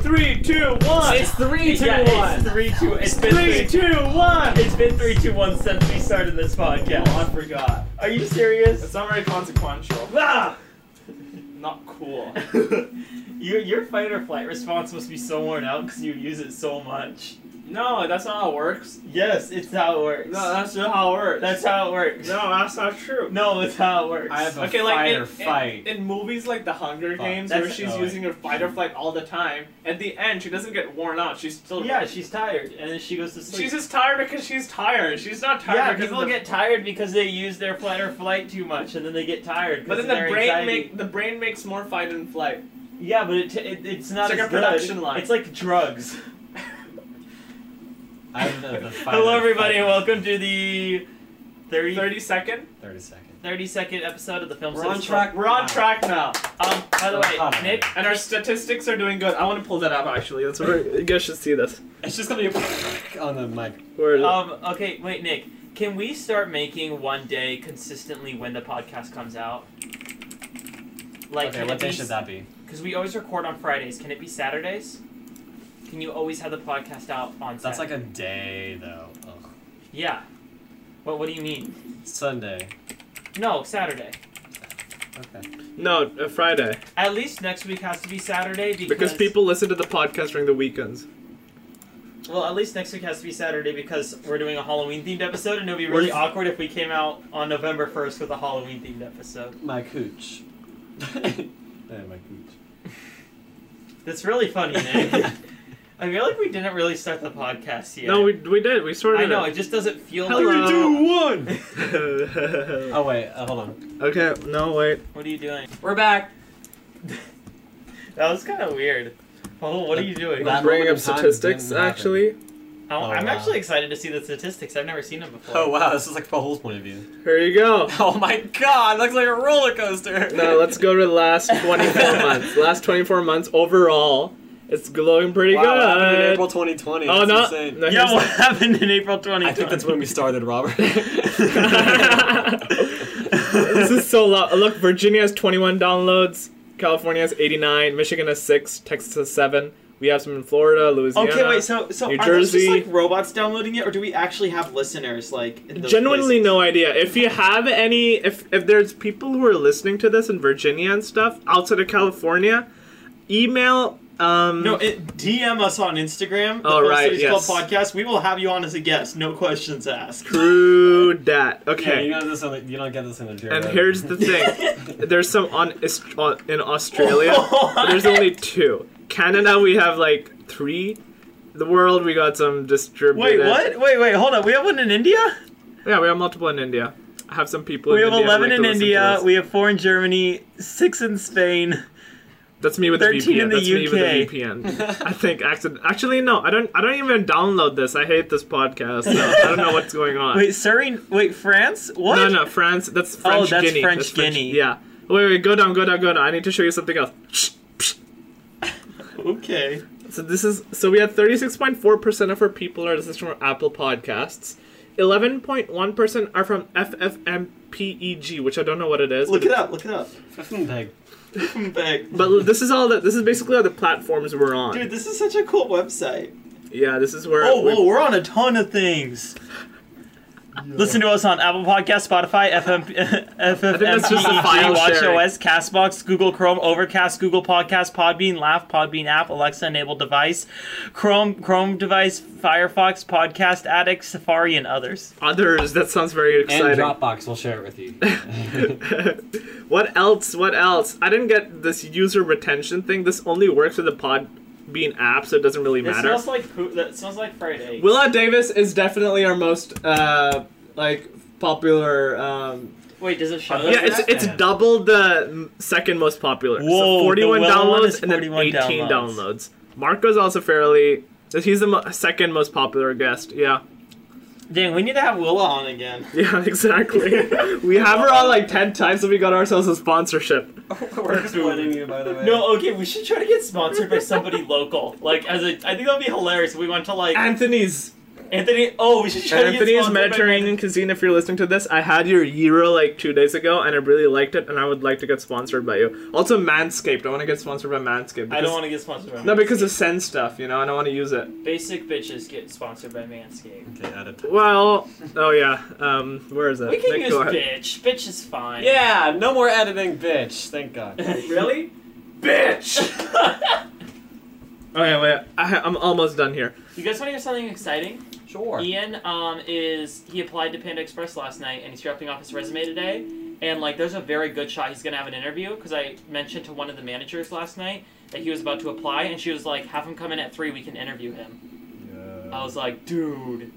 Three, two, one. It's three, two, yeah, one. It's three, two. It's been Three, three, two, one. It's been three, two, one since we started this Yeah, podcast. I forgot. Oh, Are you serious? It's not very consequential. Ah! Not cool. your your fight or flight response must be so worn out because you use it so much. No, that's not how it works. Yes, it's how it works. No, that's not how it works. That's how it works. no, that's not true. No, it's how it works. I have a okay, fight like in, or in- fight. in movies like The Hunger Fuck. Games, That's- where she's oh, using her fight or flight all the time. At the end, she doesn't get worn out. She's still yeah, she's tired, and then she goes to sleep. She's just tired because she's tired. She's not tired. yeah, because people the, get tired because they use their flight or flight too much, and then they get tired. But 'cause then of the their brain anxiety. make the brain makes more fight and flight. Yeah, but it, t- it it's not It's like as a production good. line. It's like drugs. I don't know the fight Hello, or everybody, and flight. welcome to the 30, 30, Thirty second. Thirty seconds. second episode of the film. We're City on Squad. track. We're on Wow. track now, Um, by the We're way, on. Nick, and our statistics are doing good. I want to pull that up actually. That's what you guys should see this. It's just gonna be a on the mic. Where is it? um, okay, wait, Nick, can we start making one day consistently when the podcast comes out? Like, okay, what day should that be? Because we always record on Fridays. Can it be Saturdays? Can you always have the podcast out on? That's like Saturday? a day though. Ugh. yeah. What? What do you mean? Sunday. No, Saturday. Okay. No, uh, Friday. At least next week has to be Saturday because, Because people listen to the podcast during the weekends. Well, at least next week has to be Saturday because we're doing a Halloween themed episode, and it would be We're really just- awkward if we came out on November first with a Halloween themed episode. My cooch. Eh, my cooch. That's really funny, Nick. I feel like we didn't really start the podcast yet. No, we, we did. We started I know it. it just doesn't feel. Three, Like... two, one. Oh wait, uh, hold on. okay, no, wait. What are you doing? We're back. That was kind of weird. Oh, what are you doing? That I'm bringing up moment in time statistics, didn't happen. actually. I- Oh, I'm wow. actually excited to see the statistics. I've never seen them before. Oh wow, this is like Paul's point of view. Here you go. Oh my god, looks like a roller coaster. Now, let's go to the last 24 months. Last 24 months overall, it's looking pretty Wow, what happened in good. April 2020. Oh, That's no. insane. no Yeah, here's- what happened in April 2020? I think that's when we started, Robert. this is so low. Look, Virginia has 21 downloads. California has 89. Michigan has 6. Texas has 7. We have some in Florida, Louisiana. Okay, wait. So, so New are those just Jersey. like robots downloading it, or do we actually have listeners? Like, in those Genuinely, places? no idea. If you have any, if if there's people who are listening to this in Virginia and stuff outside of California, email. Um, No, it, DM us on Instagram. The Oh, Post right, Cities Club yes. podcast. We will have you on as a guest. No questions asked. true that. Yeah, you Okay. know this. On the, you don't get this in a Joe and Rogan. here's the thing: there's some on, Est- on in Australia. But there's only two. Canada, we have like three. The world, we got some distributed. Wait, what? Wait, wait, hold on. We have one in India? Yeah, we have multiple in India. I have some people. We in have India who 11 like to in listen to India. us. We have four in Germany, six in Spain. That's me with the 13 VPN. in the That's me UK. with the VPN. I think accident. Actually, no. I don't. I don't even download this. I hate this podcast. So I don't know what's going on. Wait, Surrey? Wait, France? What? Oh, no, no, France. That's French that's Guinea. French that's Guinea. Yeah. Wait, wait. Go down. Go down. Go down. I need to show you something else. Okay. So this is so we had 36.4% of our people are listening from Apple Podcasts. 11.1% are from FFmpeg, E which I don't know what it is. Look but, it up. Look it up. Fucking pig. Big. But this is all that this is basically all the platforms we're on. Dude, this is such a cool website. Yeah, this is where Oh, we- whoa, we're on a ton of things. Listen to us on Apple Podcasts, Spotify, FM, that's just a FFMPEG, file sharing. WatchOS, CastBox, Google Chrome, Overcast, Google Podcasts, Podbean, Laugh, Podbean app, Alexa-enabled device, Chrome, Chrome device, Firefox, Podcast Addict, Safari, and others. others. That sounds very And exciting. Dropbox, we'll share it with you. Oh, what else? What else? I didn't get this user retention thing. This only works with the Podbean app, so it doesn't really matter. like that smells like Friday. Willa Davis is definitely our most uh like popular um Wait, does it show? us Yeah, it's it's Yeah. double the m- second most popular. Whoa, so 41 the well one is downloads and then 41 18 downloads. downloads. Marco's also fairly. so He's the mo- second most popular guest. Yeah. Dang, we need to have Will Willa on again. Yeah, exactly. we have her on like 10 times, so we got ourselves a sponsorship. We're exploiting you, by the way. No, okay, we should try to get sponsored by somebody local. Like as a I think that'd be hilarious. We went to like Anthony's. Anthony. Oh, we should try to get Anthony's sponsored by Mediterranean Mediterranean- Cuisine. If you're listening to this, I had your gyro like two days ago, and I really liked it, and I would like to get sponsored by you. Also, Manscaped. I want to get sponsored by Manscaped. I because- don't want to get sponsored by. No, because Manscaped. of send stuff, you know, and I want to use it. basic bitches get sponsored by Manscaped. Okay, out of time. Well, oh yeah. Um, where is it? We can Nick, use go ahead. bitch. Bitch is fine. Yeah, no more editing, bitch. Thank God. Really? Bitch! Okay, wait. I, I'm almost done here. you guys want to hear something exciting? Sure. Ian um, is he applied to Panda Express last night and he's dropping off his resume today. And like, there's a very good shot he's gonna have an interview because I mentioned to one of the managers last night that he was about to apply, and she was like, "Have him come in at three. We can interview him." I was like, "Dude."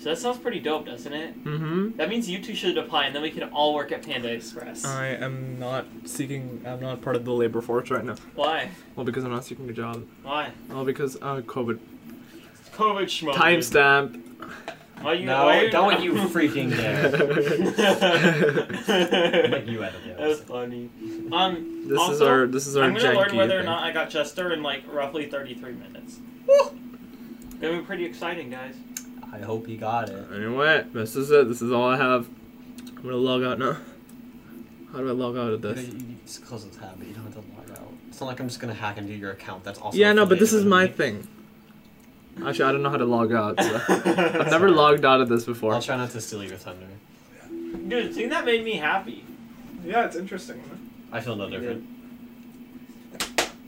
So that sounds pretty dope, doesn't it? Mm-hmm. That means you two should apply, and then we can all work at Panda Express. I am not seeking. I'm not part of the labor force right now. Why? Well, because I'm not seeking a job. Why? Well, because uh, COVID. It's COVID schmo. Timestamp. Why you? why No, you- don't you freaking dare. But you edit it. That was funny. Um, This is Also, our. This is our. I'm gonna learn janky whether or thing. not I got Chester in like roughly 33 minutes. Gonna be pretty exciting, guys. I hope you got it. Anyway, this is it. This is all I have. I'm gonna log out now. How do I log out of You, this? you, you just close the tab, but you don't have to log out. It's not like I'm just gonna hack into your account. That's also Yeah, no, but this is affiliated my with me. thing. Actually, I don't know how to log out. so- I've Dude, never logged out of this before. I'll try not to steal your thunder. the thing that made me happy. yeah, it's interesting. I feel no different.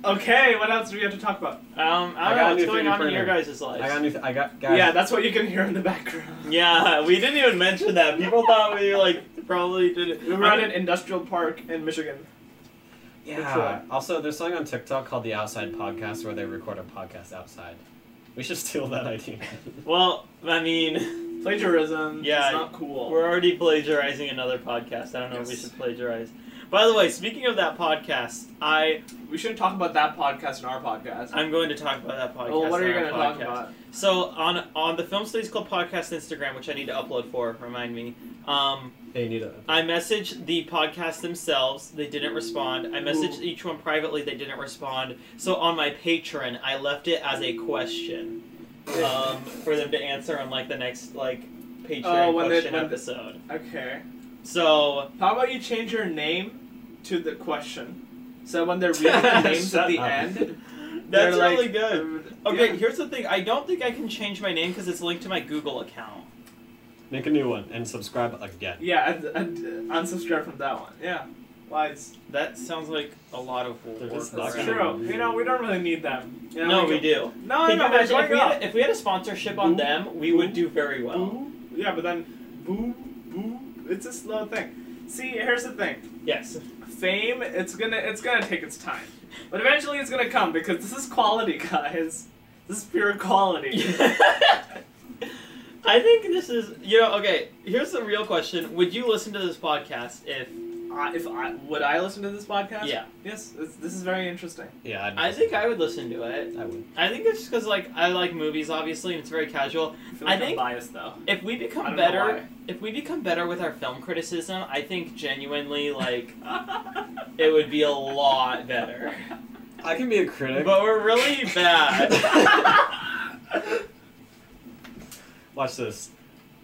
Okay, what else do we have to talk about? Um, I I don't got a know what's new going thing on for in your you. guys' lives. I got new. Th- I got guys. Yeah, that's what you can hear in the background. yeah, we didn't even mention that. People thought we like probably did it. We were at an industrial park in Michigan. Yeah. Also, there's something on TikTok called the Outside Podcast where they record a podcast outside. We should steal that idea. Well, I mean, Plagiarism. Yeah, It's not cool. we're already plagiarizing another podcast. I don't know if we Yes. should plagiarize. By the way, speaking of that podcast, I We shouldn't talk about that podcast in our podcast. I'm going to talk about that podcast. well, what are you on our gonna talk podcast. about? So on on the Film Studies Club podcast Instagram, which I need to upload for, remind me. Um, they need a. I messaged the podcast themselves; they didn't respond. I messaged each one privately; they didn't respond. So on my Patreon, I left it as a question um, for them to answer on like the next like Patreon Oh, when they- question when they- episode. Okay. So How about you change your name to the question? So when they're reading the names at Shut the up. end, they're that's like, uh, really good. Okay, Yeah. here's the thing: I don't think I can change my name because it's linked to my Google account. Make a new one and subscribe again. Yeah, and, and uh, unsubscribe from that one. Yeah. Wise. That sounds like a lot of work. They're just for not us. gonna- True. You know, we don't really need them. You know, No, we we do. can- No, Think no, about we're it, if, we going up. had, if we had a sponsorship on Boo. them, we would do very well. Boo. Yeah, but then boo, boo. It's a slow thing. See, here's the thing. Yes. Fame, it's gonna, it's gonna take its time, but eventually it's gonna come because this is quality, guys. This is pure quality. I think this is, you know, okay, here's the real question. Would you listen to this podcast if. I, if I would I listen to this podcast? Yeah. Yes. It's, this is very interesting. Yeah. I'd I think I would listen to it. I would. I think it's just because, like, I like movies, obviously, and it's very casual. I, feel I like I'm think- biased though. If we I become don't know better. If we become better with our film criticism, I think genuinely, like, it would be a lot better. I can be a critic. But we're really bad. Watch this.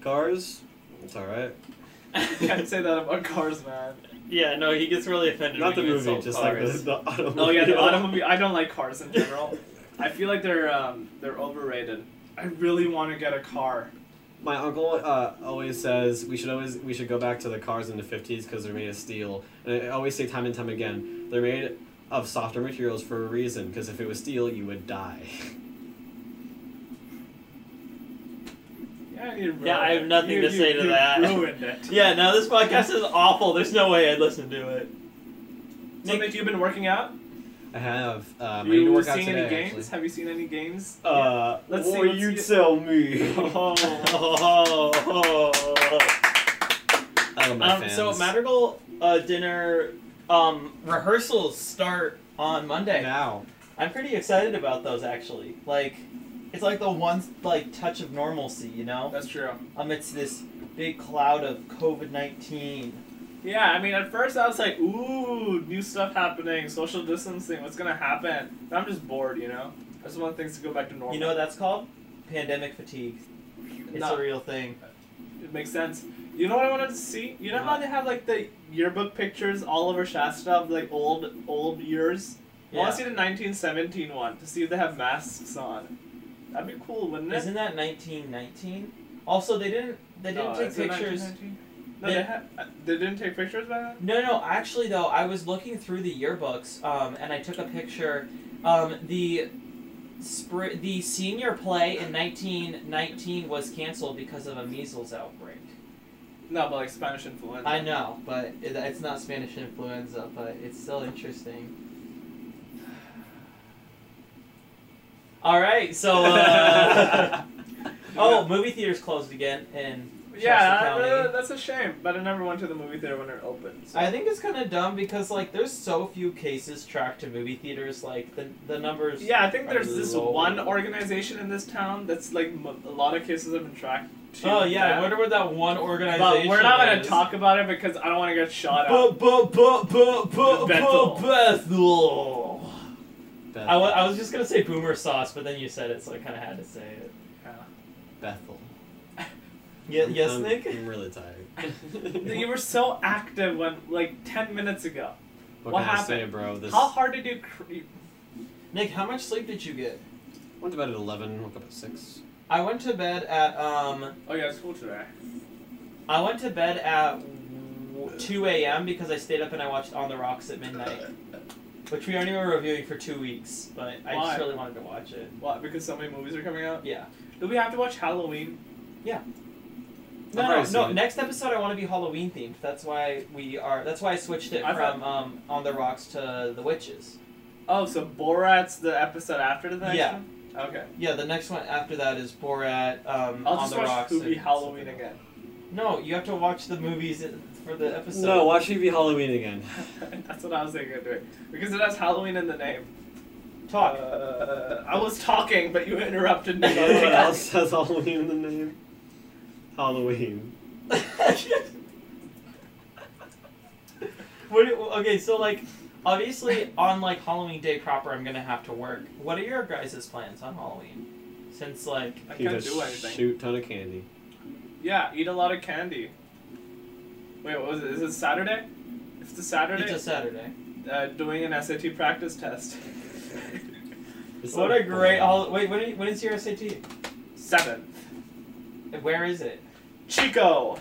Cars. It's all right. Can't say that about cars, man. yeah, no, he gets really offended. Not the when you movie, insult just cars. like the, the automobile. Oh yeah, the automobile. I don't like cars in general. I feel like they're um, they're overrated. I really want to get a car. My uncle uh, always says we should always we should go back to the cars in the fifties because they're made of steel, and I always say time and time again they're made of softer materials for a reason. Because if it was steel, you would die. Yeah, you Yeah, I ruined have it. nothing You- to you- say to you that. Ruined it. Yeah, no, this podcast is awful. There's no way I'd listen to it. So, Nick, you've been working out. I have. Um, I need you to work out seen today. any gains? actually. Have you seen any gains? Uh, Oh, Let's what see, will let's you see. tell me? I love my Oh. um, fans. so Madrigal uh, dinner um, rehearsals start on Monday. now. I'm pretty excited about those actually. Like, it's like the one like touch of normalcy, you know, That's true. amidst this big cloud of COVID nineteen. Yeah, I mean, at first I was like, ooh, new stuff happening, social distancing, what's gonna happen? And I'm just bored, you know? I just want things to go back to normal. You know what that's called? Pandemic fatigue. It's No. a real thing. It makes sense. You know what I wanted to see? You know how they have like the yearbook pictures all over Shasta of like old old years? I Yeah. want to see the 1917 one to see if they have masks on. That'd be cool, wouldn't it? Isn't that 1919? Also, they didn't they didn't No, take is it pictures. 1919? No, They- they, ha- uh, they didn't take pictures by then? No, no. Actually, though, I was looking through the yearbooks, um, and I took a picture. Um, the spr- the senior play in 1919 was canceled because of a measles outbreak. No, but like Spanish influenza. I know, but it, it's not Spanish influenza, but it's still interesting. All right, so uh, oh, movie theaters closed again, and yeah, Shasta that- County. that- that's a shame. But I never went to the movie theater when it opened. So. I think it's kind of dumb because like there's so few cases tracked to movie theaters. Like the the numbers. yeah, I think there's Probably this low. one organization in this town that's like mo- a lot of cases have been tracked. to Oh yeah, that. I wonder what that one organization. But we're not gonna is. talk about it because I don't want to get shot at. Bu- bu- bu- bu- bu- bu- Bethel. Bethel. Bethel. I wa- I was just gonna say boomer sauce, but then you said it, so I kind of had to say it. Bethel. Ye- yes, I'm- Nick. I'm really tired. You were so active when like ten minutes ago. What, What can I say, happened? bro? This How hard did you? Cre- Nick, how much sleep did you get? went to bed at eleven. Woke up at six. I went to bed at um. oh yeah, school today. I went to bed at w- 2 a.m. because I stayed up and I watched On the Rocks at midnight, which we only were reviewing for two weeks, but I Why? just really wanted to watch it. What? Because so many movies are coming out. Yeah. Do we have to watch Halloween? No, I've no, already seen no. it. Next episode, I want to be Halloween themed. That's why we are. That's why I switched it I thought- from um, On the Rocks to The Witches. Oh, so Borat's the episode after the next Yeah. one? Okay. Yeah, the next one after that is Borat um, I'll on just the watch Rocks. Scooby and Halloween something again. else. No, you have to watch the movies i- for the episode. No, watch TV Halloween again. That's what I was thinking of doing. Because it has Halloween in the name. talk. Uh, I was talking, but you interrupted me. No one else has Halloween in the name. Halloween. what, do- okay, so like, obviously, on like Halloween day proper, I'm gonna have to work. What are your guys' plans on Halloween? Since like, I Eat a can't do anything. shoot ton of candy. Yeah, eat a lot of candy. Wait, what was it? Is it Saturday? It's the Saturday. it's a Saturday. uh, doing an SAT practice test. It's What not a great! bad. Hall- wait, when, are you- when is your SAT? Seven. Where is it? Chico!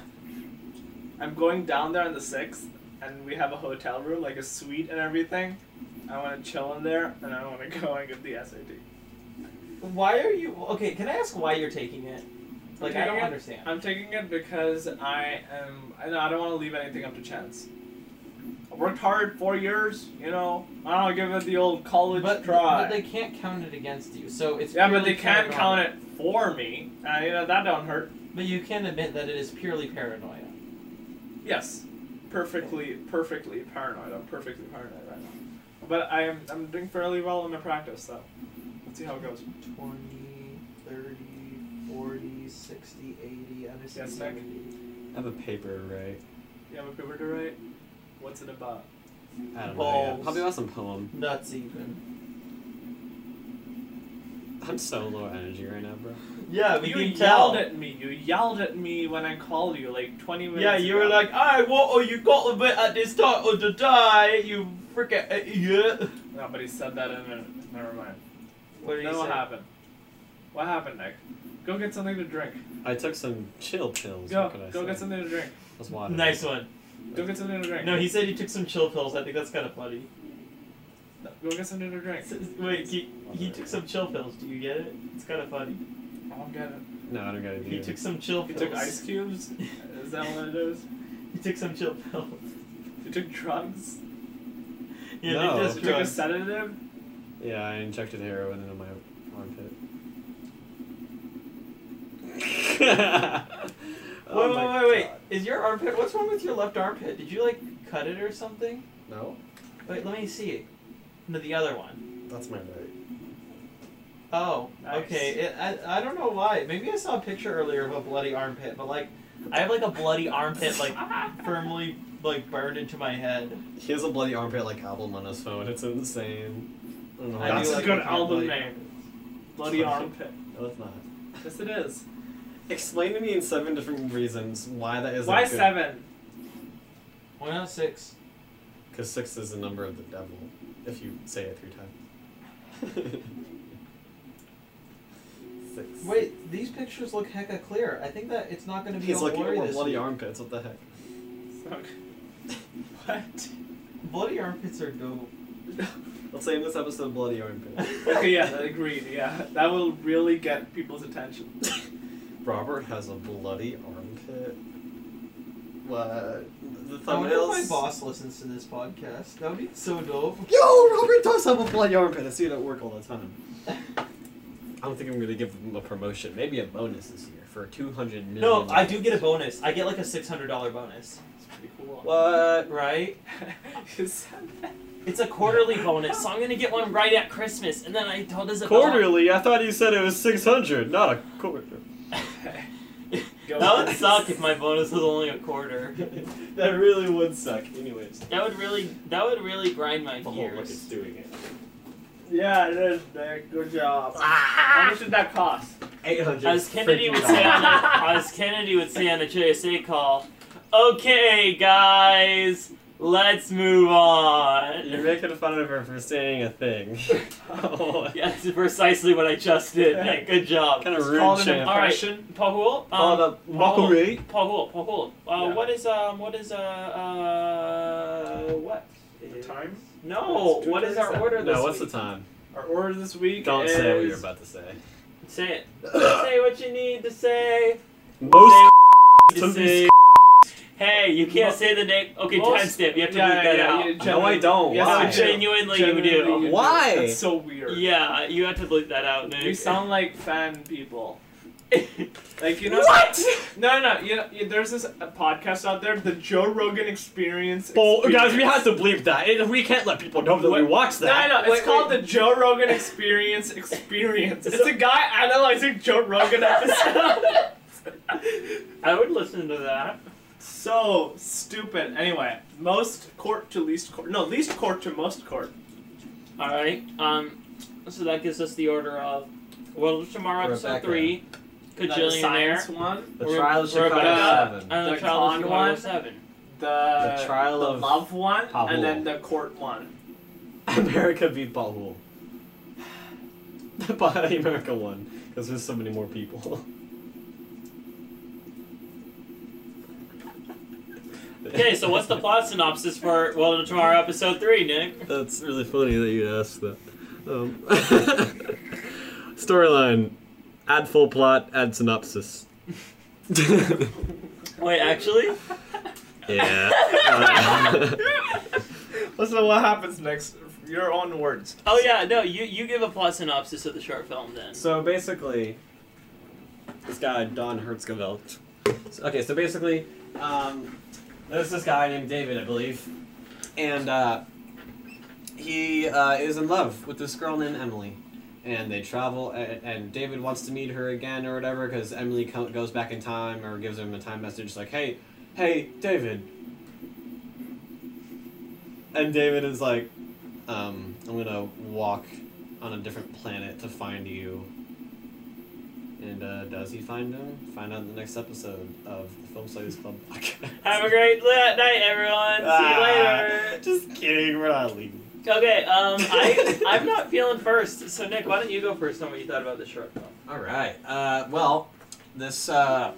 I'm going down there on the 6th, and we have a hotel room, like a suite and everything. I want to chill in there, and I want to go and get the SAT. Why are you okay? Can I ask why you're taking it? Like, I taking don't it? understand. I'm taking it because I am. I, know, I don't want to leave anything up to chance. I worked hard four years, you know. I don't give it the old college But, try. but they can't count it against you, so it's yeah, but purely they paranoia. can count it for me. Uh, you know that don't hurt. But you can admit that it is purely paranoia. Yes, perfectly, perfectly paranoid. I'm perfectly paranoid right now. But I'm I'm doing fairly well in my practice, so let's see how it goes. 20, 30, 40, 60, 80, I Yes, understand. Nick. I have a paper, right? You have a paper to write. What's it about? I don't know. yet. Balls. Probably about some poem. Nuts even. I'm so low energy right now, bro. Yeah, you yelled at me. You yelled at me when I called you like 20 minutes. Yeah, you were ago. like, I what are oh, you got a bit at this time or to die, you freaking idiot. No, but he said that in a. Never mind. What did Then you what say? happened? What happened, Nick? Go get something to drink. I took some chill pills. Go, what could I go say? get something to drink. That's water. Nice one. Go get something to drink. No, he said he took some chill pills. I think that's kind of funny. Go get something to drink. S- Wait, he, he took some chill pills. Do you get it? It's kind of funny. I don't get it. No, I don't got to do He it. took some chill He pills. took ice cubes. Is that what it is? He took some chill pills. He took drugs. Yeah, No. Nick does He He took a drugs. sedative. Yeah, I injected heroin into my armpit. Oh Wait, wait, wait, wait. Is your armpit? What's wrong with your left armpit? Did you like cut it or something? No, Wait, let me see. No, the other one. that's my right. Oh, Nice. okay. It, I, I don't know why. Maybe I saw a picture earlier of a bloody armpit, but like, I have like a bloody armpit like Ah, firmly like burned into my head. He has a bloody armpit like album on his phone. It's insane. I don't know I why That's do that's- a like good looking at album bloody name. armpits. Bloody armpit. No, it's not. Yes, it is. Explain to me in seven different reasons why that is. Why seven? Why not six? Because six is the number of the devil. If you say it three times. six. Wait, these pictures look hecka clear. I think that it's not going to be He's all looking at blurry more this bloody week. armpits. What the heck? Fuck. what? Bloody armpits are dope. Let's say in this episode, bloody armpits. Okay, yeah, agreed. Yeah, that will really get people's attention. Robert has a bloody armpit. What? The I wonder if my thumbnails. boss listens to this podcast. That would be so dope. Yo, Robert does have a bloody armpit. I see it at work all the time. I don't think I'm gonna give him a promotion. Maybe a bonus this year for two hundred million. No, I do get a bonus. I get like a six hundred dollar bonus, It's pretty cool. What? right? You said that. It's a quarterly bonus, so I'm gonna get one right at Christmas. And then I told Isabella. Quarterly? I thought you said it was 600, not a quarter. Go That for would it. suck if my bonus was only a quarter. that really would suck. Anyways, That would really, that would really grind my oh, look, it's gears. doing it. Yeah, it is. Nick. Good job. Ah. How much did that cost? 800. As Kennedy would say on a, as Kennedy would say on a JSA call, okay guys, let's move You're on. making fun of her for saying a thing. oh, Yeah, That's precisely what I just did. Nick. good job. kind of It's rude called an champ. Alright. impression. Paul Hool? Called Um, a mockery. Paul Hool, Paul Hool. Uh, Yeah. What is, um, what is, uh, uh, what? The time. No, It's what is our 2:37. order this No, what's the week? time? Our order this week Don't is say what you're about to say. Say it. say what you need to say. Most Say to what you need to say. Hey, you can't say the name. Okay, Most- timestamp. You have to yeah, leave that yeah, out. you No, I don't. Yes, Why? you No, do. genuinely, you Genuinely, do. do. Why? That's so weird. Yeah, you have to bleep that out, Nick. You sound like eh. fan people. Like you know. what? No, no, no. You know, you- there's this uh, podcast out there, the Joe Rogan Experience. Bull- Experience. guys, we have to bleep that. It- we can't let people know that we Wait. watched No, that. I know. It's Wait, called the Joe Rogan Experience Experience. It's So- a guy analyzing Joe Rogan episodes. I would listen to that. so stupid. Anyway, most court to least court. No, least court to most court. All right. Um. So that gives us the order of World of Tomorrow, episode Rebecca. three, The science Kajillionaire, one. The Re- trial of Chicago Rebecca. Seven. and the The Child of con Chicago one. Seven. The, The trial the of love one, Pablo. and then the court one. America beat Bahul. But America won because there's so many more people. Okay, so what's the plot synopsis for World of Tomorrow, episode three, Nick? That's really funny that you asked that. Um, storyline: add full plot, add synopsis. Wait, actually, yeah. Listen to what happens next. Your own words. oh yeah, no, you you give a plot synopsis of the short film then. So basically, this guy Don Hertzgeveld. So- okay, so basically, um, there's this guy named David, I believe, and uh, he uh, is in love with this girl named Emily. And they travel, and, and David wants to meet her again or whatever, because Emily co- goes back in time or gives him a time message like, "Hey, hey, David." And David is like, um, "I'm gonna walk on a different planet to find you. And uh, does he find him? Find out in the next episode of the Film Studies Club podcast. Have a great li- night, everyone. See you later. Ah, Just kidding, we're not leaving. Okay, um, I I'm not feeling first. So Nick, why don't you go first on what you thought about the short film? All right. Uh, well, this uh,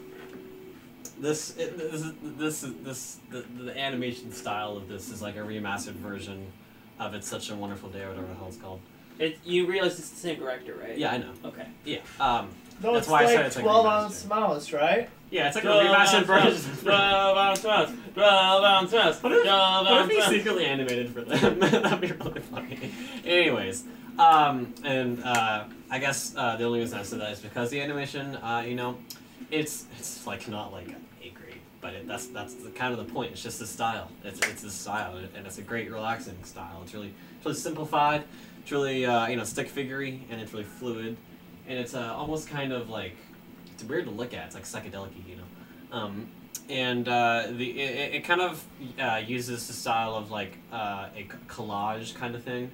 this it, this is- this is- this the, the animation style of this is like a remastered version of "It's Such a Wonderful Day" or whatever the hell it's called. It, you realize it's the same director, right? Yeah, I know. Okay. Yeah. Um, No, That's why I said it's like remastered. mouse, right? yeah, it's like a Twelve remastered ounce mouse, version. Twelve ounce mouse. Twelve ounce mouse. What if- Twelve What if ounce he mouse. secretly animated for them? That'd be really funny. Anyways, um, and uh, I guess uh, the only reason I said that is because the animation, uh, you know, it's it's like not like a grade, but it, that's that's the, kind of the point. It's just the style. It's it's the style, and it's a great relaxing style. It's really it's really simplified. It's really uh, you know stick figurey, and it's really fluid, and it's uh, almost kind of like it's weird to look at. It's like psychedelic, you know. Um, and uh, the it, it kind of uh, uses the style of like uh, a collage kind of thing,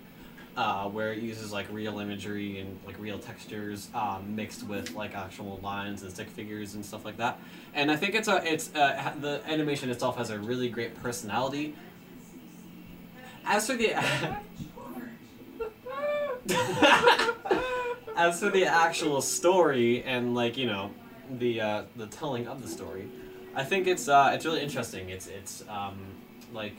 uh, where it uses like real imagery and like real textures um, mixed with like actual lines and stick figures and stuff like that. And I think it's a it's uh, ha- the animation itself has a really great personality. As for the as for the actual story and like you know the uh, the telling of the story, I think it's uh, it's really interesting. It's it's um, like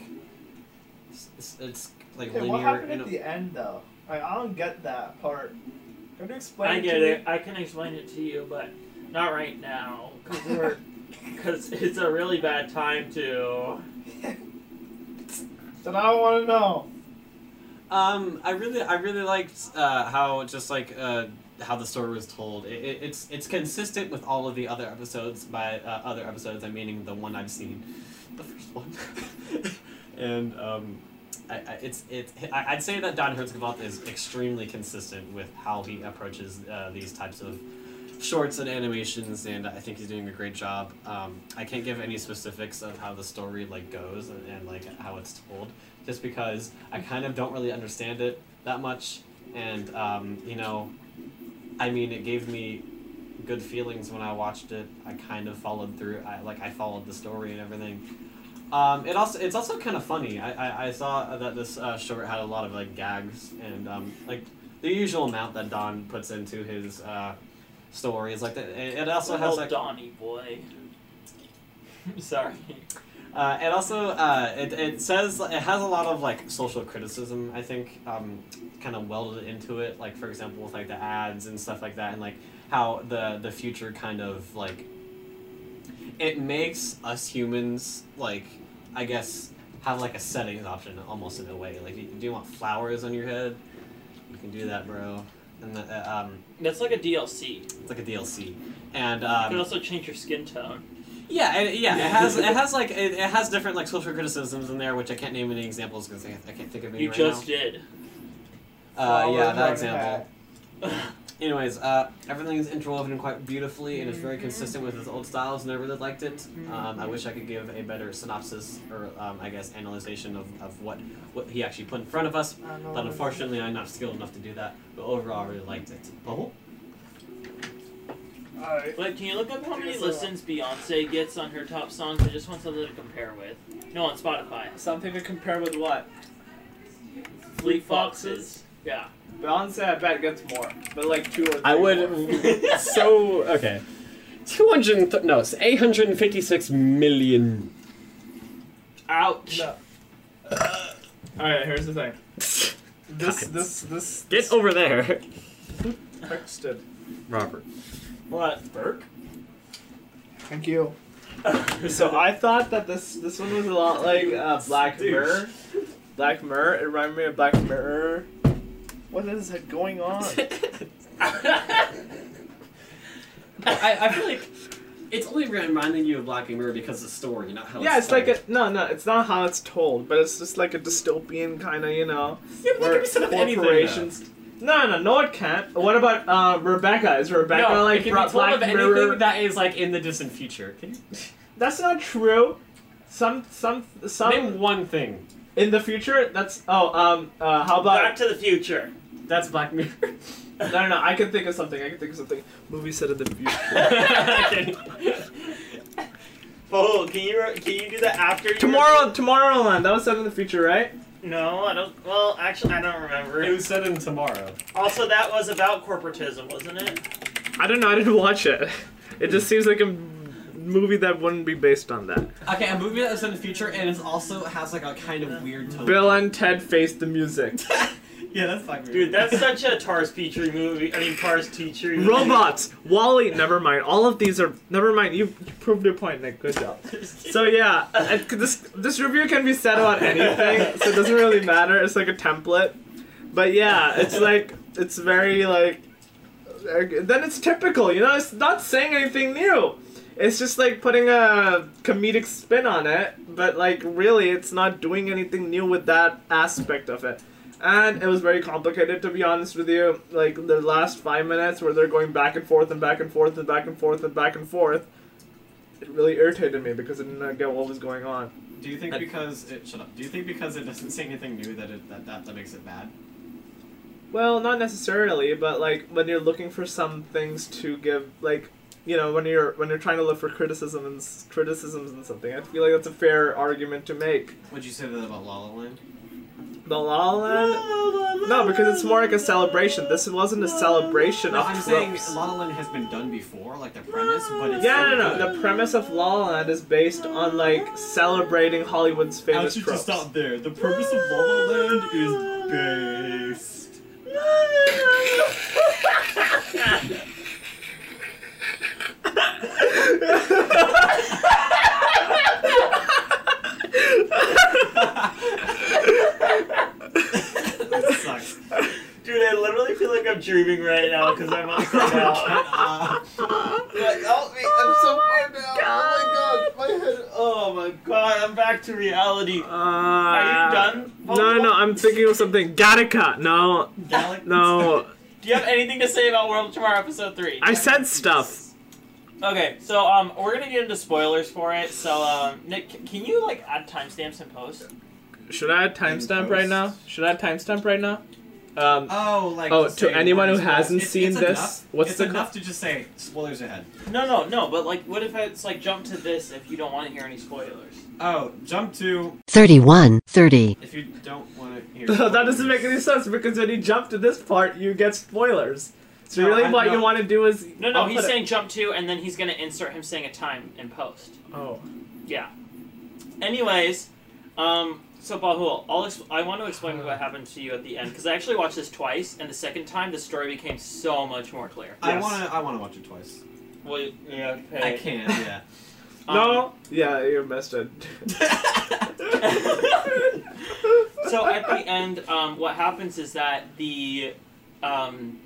it's, it's, it's like Okay, linear. what happened in at a- the end though? Like, I don't get that part. Can you explain I it get to it. I can explain it to you, but not right now, because we're because it's a really bad time to. me? then I don't want to know. Um, I really, I really liked uh, how just like uh, how the story was told. It, it, it's it's consistent with all of the other episodes. By uh, other episodes, I'm meaning the one I've seen, the first one. and um, I, I, it's it. I, I'd say that Don Hertzgewalt is extremely consistent with how he approaches uh, these types of shorts and animations, and I think he's doing a great job. Um, I can't give any specifics of how the story like goes and, and like how it's told just because I kind of don't really understand it that much. And, um, you know, I mean, it gave me good feelings when I watched it. I kind of followed through. I like I followed the story and everything. Um, it also it's also kind of funny. I, I, I saw that this uh, short had a lot of like gags and um, like the usual amount that Don puts into his uh, stories. Like the, it it also has Well, like Donnie boy. Sorry. Uh, it also uh, it, it says it has a lot of like social criticism. I think um, kind of welded into it. Like for example, with like the ads and stuff like that, and like how the the future kind of like it makes us humans like I guess have like a settings option almost in a way. Like, do you, do you want flowers on your head? You can do that, bro. And the, uh, um, That's like a DLC. it's like a DLC. And You can um, also change your skin tone. yeah, it, yeah, it has it has like it, it has different like social criticisms in there, which I can't name any examples because I, I can't think of any You right just now. did. Uh, Flowers yeah, on that a example. hat. Anyways, uh, everything is interwoven quite beautifully, and it's very Mhm. consistent with his old styles, and I really liked it. Um, I wish I could give a better synopsis or um, I guess analyzation of, of what what he actually put in front of us, I know. but unfortunately I'm not skilled enough to do that. But overall, I really liked it. Oh, Alright. But can you look up how many Yes, uh, listens Beyonce gets on her top songs? I just want something to compare with. No, on Spotify. Something to compare with what? Fleet Foxes. Yeah. Beyonce, I bet gets more, but like two or three. more. so Oh, okay. Two hundred no, eight hundred and fifty-six million Ouch. No. All right, here's the thing. This, this, this. Get over there, texted. Robert. What? Burke? Thank you. So I thought that this this one was a lot like uh, Black Douche. Mirror. Black Mirror. It reminded me of Black Mirror. What is it going on? I, I feel like it's only reminding you of Black Mirror because of the story, not how. yeah, it's like told. a no, no. It's not how it's told, but it's just like a dystopian kind of, you know. Yeah, but that where can be said of anything, though. corporations. no, no, no. It can't. What about uh, Rebecca? Is Rebecca no, like it can be Bra- told Black of anything Mirror? that is like in the distant future. Can you That's not true. Some, some, some. name one thing? In the future, that's oh um uh, how Back about to the Future. That's Black Mirror. no no no I can think of something I can think of something movie set in the future Oh, can you can you do that after tomorrow Tomorrowland that was set in the future right No, I don't. Well, actually, I don't it remember. was set in tomorrow. Also, that was about corporatism, wasn't it? I don't know. I didn't watch it. It just seems like a movie that wouldn't be based on that. Okay, a movie that was set in the future and it also has like a kind of weird tone. Bill and Ted face the music yeah, that's Black Mirror. Dude, that's such a Tars Petrie movie. I mean, Tars Teacher. movie. Robots, Wally. Never mind. All of these are. Never mind. You, you proved your point, Nick. Good job. so yeah it, this this review can be said about anything so it doesn't really matter it's like a template but yeah it's like it's very like like, then it's typical you know it's not saying anything new it's just like putting a comedic spin on it but like really it's not doing anything new with that aspect of it and it was very complicated to be honest with you like the last five minutes where they're going back and forth and back and forth and back and forth and back and forth it really irritated me because I did not get what was going on. Do you think because it shut up? Do you think because it doesn't say anything new that it that that, that makes it bad? Well, not necessarily, but like when you're looking for some things to give, like you know, when you're when you're trying to look for criticism and s- criticisms and something, I feel like that's a fair argument to make. Would you say that about La La Land? The La La Land. No, because it's more like a celebration. This wasn't a celebration No, of I'm saying tropes. La La Land has been done before, like the premise, but it's Yeah, still no, no. good. The premise of La La Land is based on like celebrating Hollywood's I famous should tropes. just stop there. The purpose of La La Land is based. That sucks. Dude, I literally feel like I'm dreaming right now because I'm upside down. Uh, Help me! I'm so far down. Oh my god, my head. Oh my god, I'm back to reality. Are Uh, Ah. you done? No, no, no, I'm thinking of something. Gattaca. No, Galaxy. no. Do you have anything to say about World Tomorrow episode three? I said stuff. Okay, so um, we're gonna get into spoilers for it. So um, Nick, c- can you like add timestamps and post? Should I add timestamp right now? Should I add timestamp right now? Um, oh, like. Oh, just to say anyone who words, but hasn't it's- seen it's this, enough. what's it's the co- enough to just say spoilers ahead. No, no, no. But like, what if it's like jump to this if you don't want to hear any spoilers? Oh, jump to 31, 30. if you don't want to hear. that doesn't make any sense because when you jump to this part, you get spoilers. So No, really, I'm what you not- want to do is No, no. I'll he's put it- saying jump to, and then he's gonna insert him saying a time in post. Oh. Anyways, um, so Bahul, I'll ex- I want to explain what happened to you at the end because I actually watched this twice, and the second time the story became so much more clear. I Yes. wanna, I wanna watch it twice. Well, yeah. I can, yeah. Um, No. Yeah, you missed it. so at the end, um, what happens is that the um,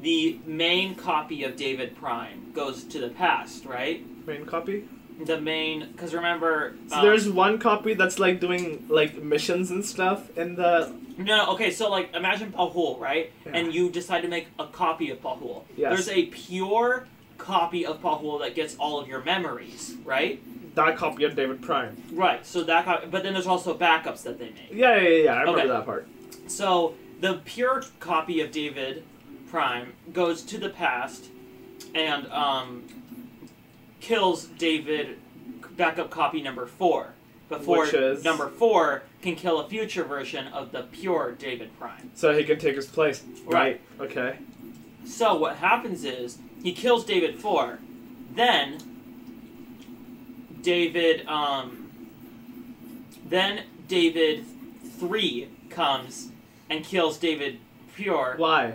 the main copy of David Prime goes to the past, right? Main copy. The main, because remember, So um, there's one copy that's like doing like missions and stuff in the no. Okay, so like imagine Pahul, right? Yeah. And you decide to make a copy of Pahul. Yes. There's a pure copy of Pahul that gets all of your memories, right? that copy of David Prime. Right. So that, copy, but then there's also backups that they make. Yeah, yeah, yeah. yeah, I remember Okay. that part. So the pure copy of David Prime goes to the past and um, kills David backup copy number four before Which is- number four can kill a future version of the pure David Prime. So he can take his place. Right. Okay. So what happens is he kills David four, then David um, then David three comes and kills David pure Why?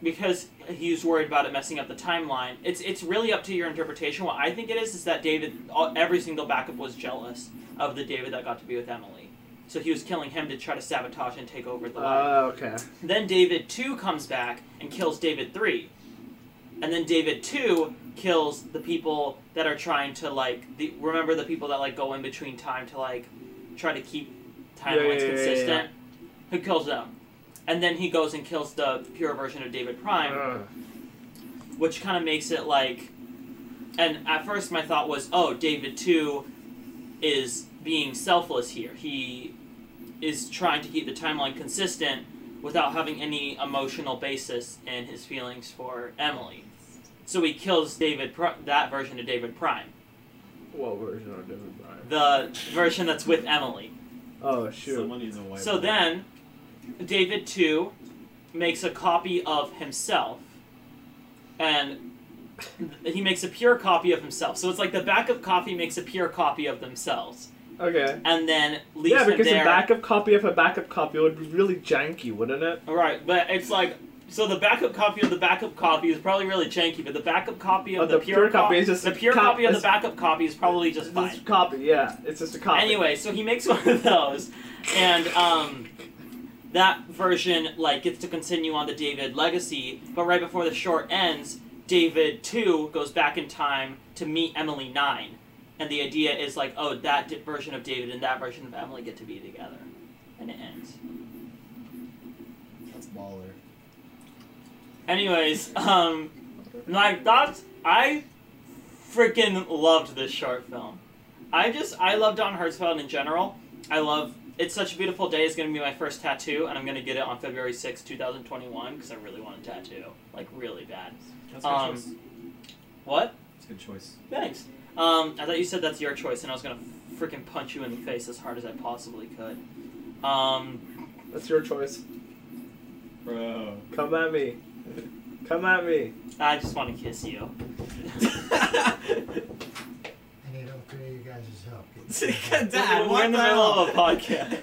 because he's worried about it messing up the timeline. It's it's really up to your interpretation. What I think it is is that David, all, every single backup was jealous of the David that got to be with Emily, so he was killing him to try to sabotage and take over the. line. Uh, okay. Then David two comes back and kills David three, and then David two kills the people that are trying to like the remember the people that like go in between time to like try to keep Yeah, yeah, timelines yeah, yeah, yeah. consistent. Who kills them? And then he goes and kills the pure version of David Prime Ugh. which kind of makes it like and at first my thought was oh david too is being selfless here he is trying to keep the timeline consistent without having any emotional basis in his feelings for emily so he kills david Pri- that version of david prime What version of David Prime? the version that's with emily Oh shoot. Someone needs a white. so then david too makes a copy of himself and he makes a pure copy of himself so it's like the backup copy makes a pure copy of themselves Okay. and then leaves Yeah, them because there a backup copy of a backup copy would be really janky, wouldn't it? right but it's like so the backup copy of the backup copy is probably really janky but the backup copy of Of the, the pure copy co- is just the a pure cop- copy of the is- backup copy is probably just It's fine just a copy. Yeah, it's just a copy. Anyway, so he makes one of those, and um, that version like gets to continue on the David legacy. But right before the short ends, David two goes back in time to meet Emily nine, and the idea is like, oh, that di- version of David and that version of Emily get to be together, and it ends. That's baller. Anyways, um, my thoughts. I freaking loved this short film. I just I love Don Hertzfeld in general. I love It's Such a Beautiful Day is going to be my first tattoo, and I'm going to get it on February sixth, two 2021, because I really want a tattoo. Like, really bad. That's a good Um, choice. What? That's a good choice. Thanks. Um, I thought you said that's your choice, and I was going to freaking punch you in the face as hard as I possibly could. Um, That's your choice. Bro. Come at me. Come at me. I just want to kiss you. I need all three of you guys' help. We're Dad, in the middle of a podcast.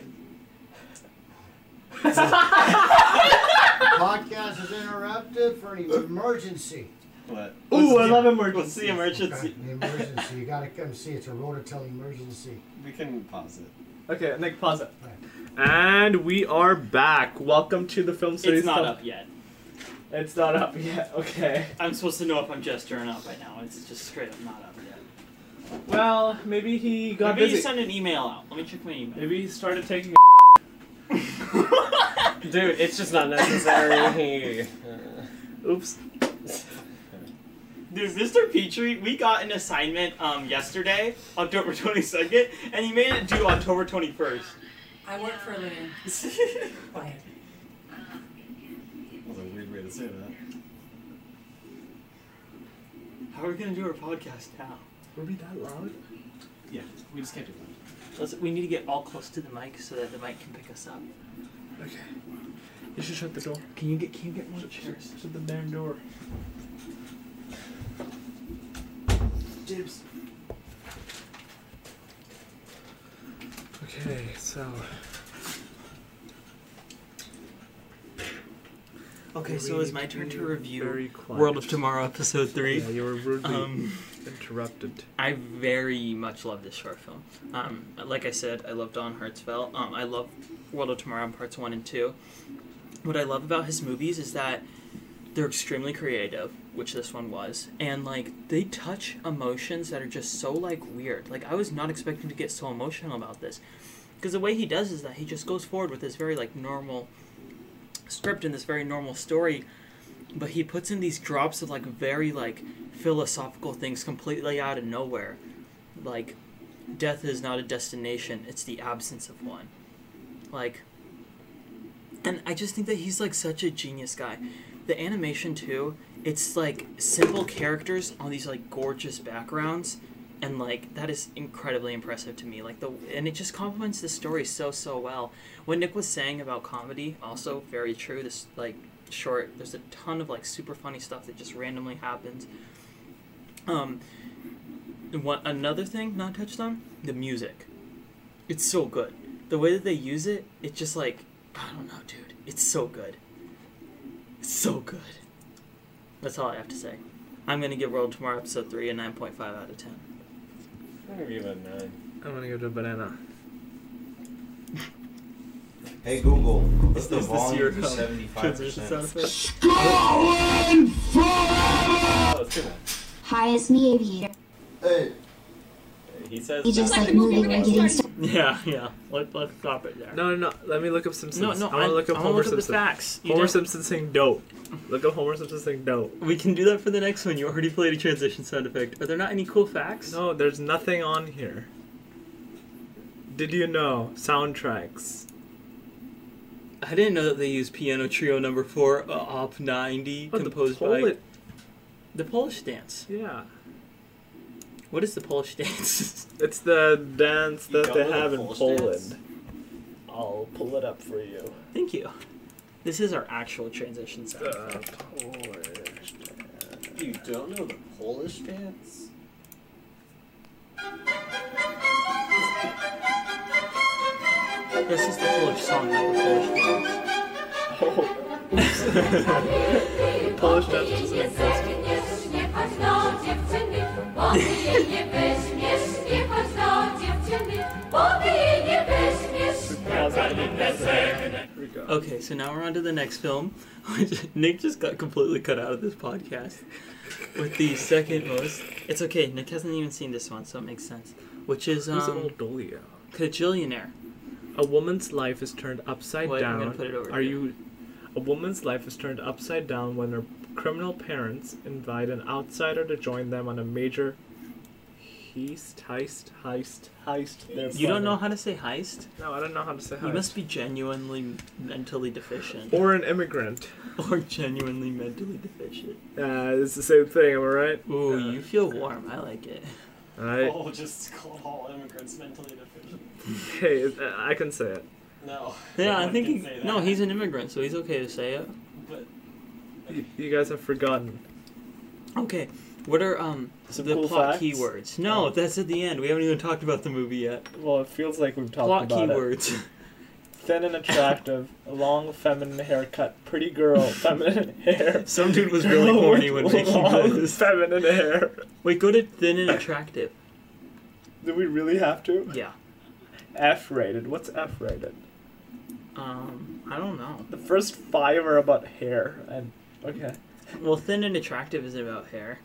Podcast is interrupted for an emergency. What? Ooh, I love What's emergency. the emergency? Okay, an emergency. You gotta come see. It's a Rototill emergency. We can pause it. Okay, Nick, pause it. And we are back. Welcome to the film series. It's not Film- up yet. It's not up yet. Okay. I'm supposed to know if I'm gesturing up by now. It's just straight up not up yet. Well, maybe he got Maybe you busy. send an email out. Let me check my email. Maybe he started taking. Dude, it's just not necessary here. Oops. Dude, Mr. Petrie, we got an assignment um yesterday, October 22nd, and he made it due October 21st. I work for a living. Quiet. That was a weird way to say that. How are we gonna do our podcast now? Were we that loud? Yeah, we just can't do that. Let's, we need to get all close to the mic so that the mic can pick us up. Okay. You should shut the door. Can you get can you get more chairs? Shut the damn door. Dibs. Okay, so. Okay, we so it's need my to turn to be review very quiet. World of Tomorrow episode three. Yeah, you were rudely Um, interrupted. I very much love this short film. Um, like I said, I love Don Hertzfeld. Um, I love World of Tomorrow parts one and two. What I love about his movies is that they're extremely creative, which this one was, and like they touch emotions that are just so like weird. Like I was not expecting to get so emotional about this, because the way he does is that he just goes forward with this very like normal script and this very normal story, but he puts in these drops of like very like philosophical things completely out of nowhere. Like, death is not a destination, it's the absence of one. Like, and I just think that he's like such a genius guy. The animation, too, it's like simple characters on these like gorgeous backgrounds. And like that is incredibly impressive to me. Like the and it just complements the story so so well. What Nick was saying about comedy, also very true. This like short, there's a ton of like super funny stuff that just randomly happens. Um, what another thing not touched on the music. It's so good. The way that they use it, it's just like I don't know, dude. It's so good. It's so good. That's all I have to say. I'm gonna give World Tomorrow episode three a nine point five out of ten. I'm gonna give it a nine. I'm gonna go to a banana. Hey Google, put Is the this the Sierra volume to Club seventy-five Transition sound percent. effect. Oh, let's do that. Hi, it's me, Aviator. Hey, He says. You just Like like, the movie moving we're and getting getting started. Yeah, yeah. Let let's stop it there. No, no, no. Let me look up Simpsons. no, no. I want to look up I wanna Homer up the Simpson. facts. You Homer don't- Simpson saying dope. Look up Homer Simpson saying dope. we can do that for the next one. You already played a transition sound effect. Are there not any cool facts? No, there's nothing on here. Did you know soundtracks? I didn't know that they used Piano Trio Number Four, uh, Op 90, Oh, the composed by Polit- the Polish dance. Yeah, What is the Polish dance? it's the dance You that don't they know the have in Polish Poland. dance? I'll pull it up for you. Thank you. This is our actual transition sound. Uh, Polish dance. You don't know the Polish dance? This is the Polish song, not the Polish dance. Polish dance is an Nie chodź do dziewczyny, bo ty jej nie weźmiesz. Nie chodź do dziewczyny, bo ty jej nie weźmiesz. Here we go. Okay, so now we're on to the next film. which Nick just got completely cut out of this podcast with the second most. It's okay. Nick hasn't even seen this one, so it makes sense. Which is Who's um, old Dolio? Cajillionaire. A woman's life is turned upside Wait, down. I'm gonna put it over Are here. you? A woman's life is turned upside down when her criminal parents invite an outsider to join them on a major heist, heist, heist, heist. They're You funny. don't know how to say heist? No, I don't know how to say heist. You must be genuinely mentally deficient. or an immigrant. Or genuinely mentally deficient. Uh, it's the same thing. Am I right? Ooh, you feel warm. I like it. All right. Oh, just call all immigrants mentally deficient. Hey, uh, I can say it. No. Yeah, I one think can he, say that. no, he's an immigrant, so he's okay to say it. But You, you guys have forgotten. Okay, what are um Some the cool plot facts? keywords? No, that's at the end. We haven't even talked about the movie yet. Well, it feels like we've talked plot about it. keywords. Thin and attractive, long feminine haircut, pretty girl, feminine hair. Some dude was really Girl horny when with making long this. Feminine hair. Wait, go to thin and attractive. Do we really have to? Yeah. F rated. What's F rated? Um, I don't know. The first five are about hair. And okay, Well, thin and attractive isn't about hair.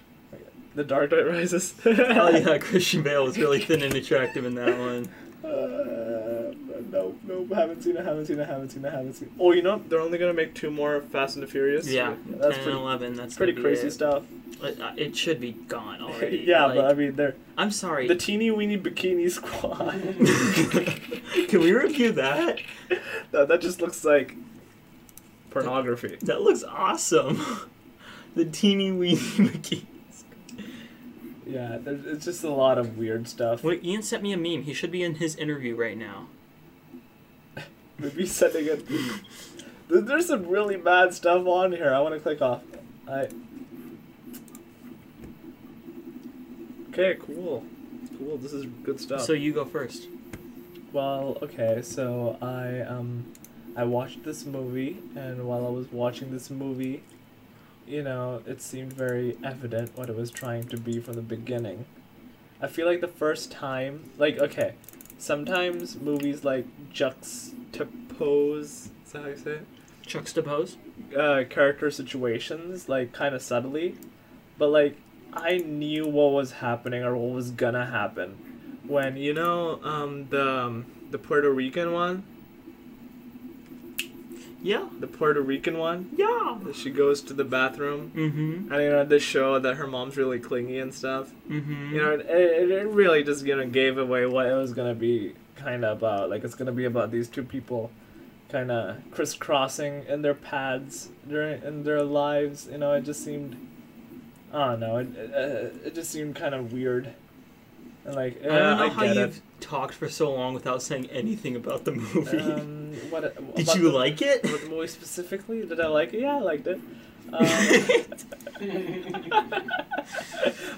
The Dark Knight Rises. Oh yeah, Christian Bale was really thin and attractive in that one. Uh, no, no, haven't seen it, haven't seen it, haven't seen it, haven't seen it. Oh, you know, they're only gonna make two more Fast and the Furious. Yeah, that's 10 pretty- and 11. That's Pretty gonna be crazy it. stuff. It, uh, it should be gone already. yeah, but I like, mean, they're I'm sorry. the teeny weeny bikini squad. Can we review that? that, that just looks like pornography. That looks awesome. The teeny weeny McGee. Yeah, there's, it's just a lot of weird stuff. Wait, Ian sent me a meme. He should be in his interview right now. Maybe sending it. There- There's some really bad stuff on here. I want to click off. I. Okay, cool, cool. This is good stuff. So you go first. Well, okay, so I um I watched this movie and while I was watching this movie, you know, it seemed very evident what it was trying to be from the beginning. I feel like the first time, like okay, sometimes movies like juxtapose, is that how you say it? Juxtapose. uh, character situations like kind of subtly, but like I knew what was happening or what was gonna happen when you know um, the um, the Puerto Rican one, Yeah. the Puerto Rican one. Yeah. She goes to the bathroom, Mm-hmm. and you know they show that her mom's really clingy and stuff. Mm-hmm. You know, it, it, it really just you know gave away what it was gonna be kind of about. Like it's gonna be about these two people, kind of crisscrossing in their paths during in their lives. You know, it just seemed, I don't know, it it, uh, it just seemed kind of weird, and like I yeah, don't know how get you've talked for so long without saying anything about the movie. it. Um, what Did about you the- like it? about the movie specifically? Did I like it? Yeah, I liked it. Um,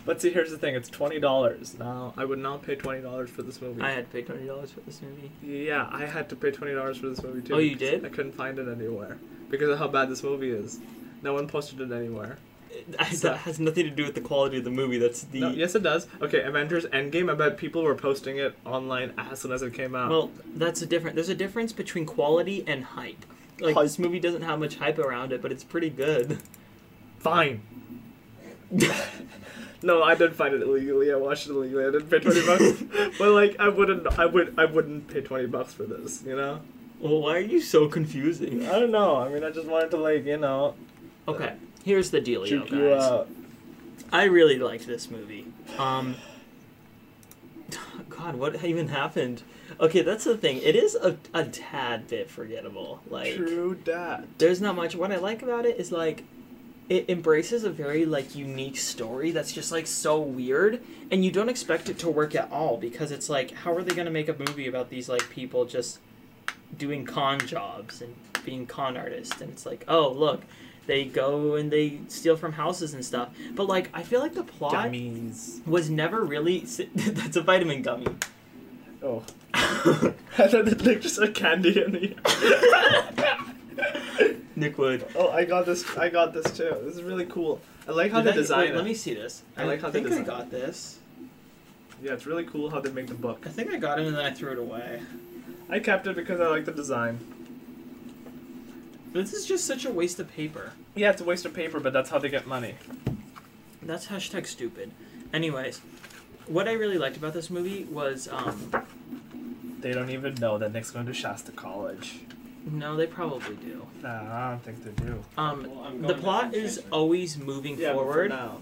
but see, here's the thing: it's twenty dollars. Now, I would not pay twenty dollars for this movie. I had to pay twenty dollars for this movie. yeah, I had to pay twenty dollars for this movie too. Oh, you because did? I couldn't find it anywhere because of how bad this movie is. No one posted it anywhere. It- That has nothing to do with the quality of the movie. That's the No, yes, it does. Okay, Avengers Endgame. I bet people were posting it online as soon as it came out. Well, that's a different. There's a difference between quality and hype. Like Hype. this movie doesn't have much hype around it, but it's pretty good. fine. no, I did find it illegally. I watched it illegally. I didn't pay twenty bucks. but like, I wouldn't. I would. I wouldn't pay twenty bucks for this. You know. Well, why are you so confusing? I don't know. I mean, I just wanted to like you know Okay, here's the dealio, juke guys. you uh, out. I really liked this movie. Um, God, what even happened? Okay, that's the thing. It is a, a tad bit forgettable. Like, True dat. there's not much. What I like about it is like, it embraces a very like unique story that's just like so weird, and you don't expect it to work at all because it's like, how are they gonna make a movie about these like people just doing con jobs and being con artists? And it's like, oh look, they go and they steal from houses and stuff. But like, I feel like the plot Dummies. was never really. That's a vitamin gummy. Oh. and then like just a candy in the. Nick Wood. Oh, I got this. I got this too. This is really cool. I like how Did they I- design wait, it. Let me see this. I like how they think I design it. got this. Yeah, it's really cool how they make the book. I think I got it and then I threw it away. I kept it because I like the design. This is just such a waste of paper. Yeah, it's a waste of paper, but that's how they get money. That's hashtag stupid. Anyways, what I really liked about this movie was um, They don't even know that Nick's going to Shasta College. no, they probably do. Nah, I don't think they do. Um, well, I'm the going to plot change is it. always moving forward. now.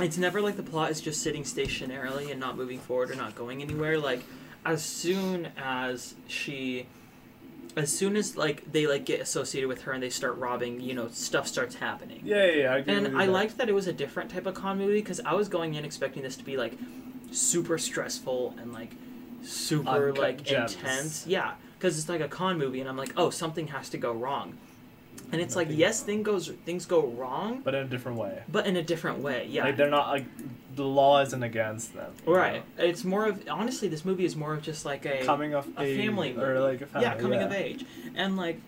it's never like the plot is just sitting stationarily and not moving forward or not going anywhere like as soon as she as soon as like they like get associated with her and they start robbing you know stuff starts happening Yeah, yeah, yeah. I agree with and you I there. liked that it was a different type of con movie because I was going in expecting this to be like super stressful and like super Uncut like gems. intense. Yeah, because it's like a con movie, and I'm like, oh, something has to go wrong. And it's like, Nothing yes, thing goes things go wrong, but in a different way. but in a different way. Yeah, Like they're not like the law isn't against them. you right. It's more of honestly, this movie is more of just like know? a Coming of a age family or like a family. yeah, coming of age, and like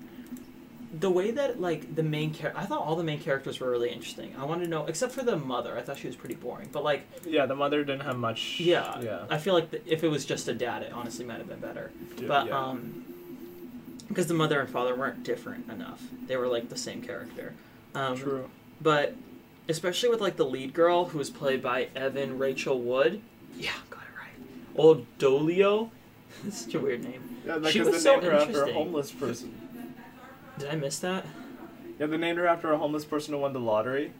the way that like the main character, I thought all the main characters were really interesting. I wanted to know, except for the mother, I thought she was pretty boring. But like. Yeah, the mother didn't have much. Yeah. yeah. I feel like th- if it was just a dad, it honestly might have been better. But yeah. um, because the mother and father weren't different enough, they were like the same character. Um, True. But especially with like the lead girl who was played by Evan Rachel Wood. Yeah, got it right. Old Dolio. That's such a weird name. Yeah, like she 'cause was they so named her after a interesting. homeless person. Did I miss that? Yeah, they named her after a homeless person who won the lottery.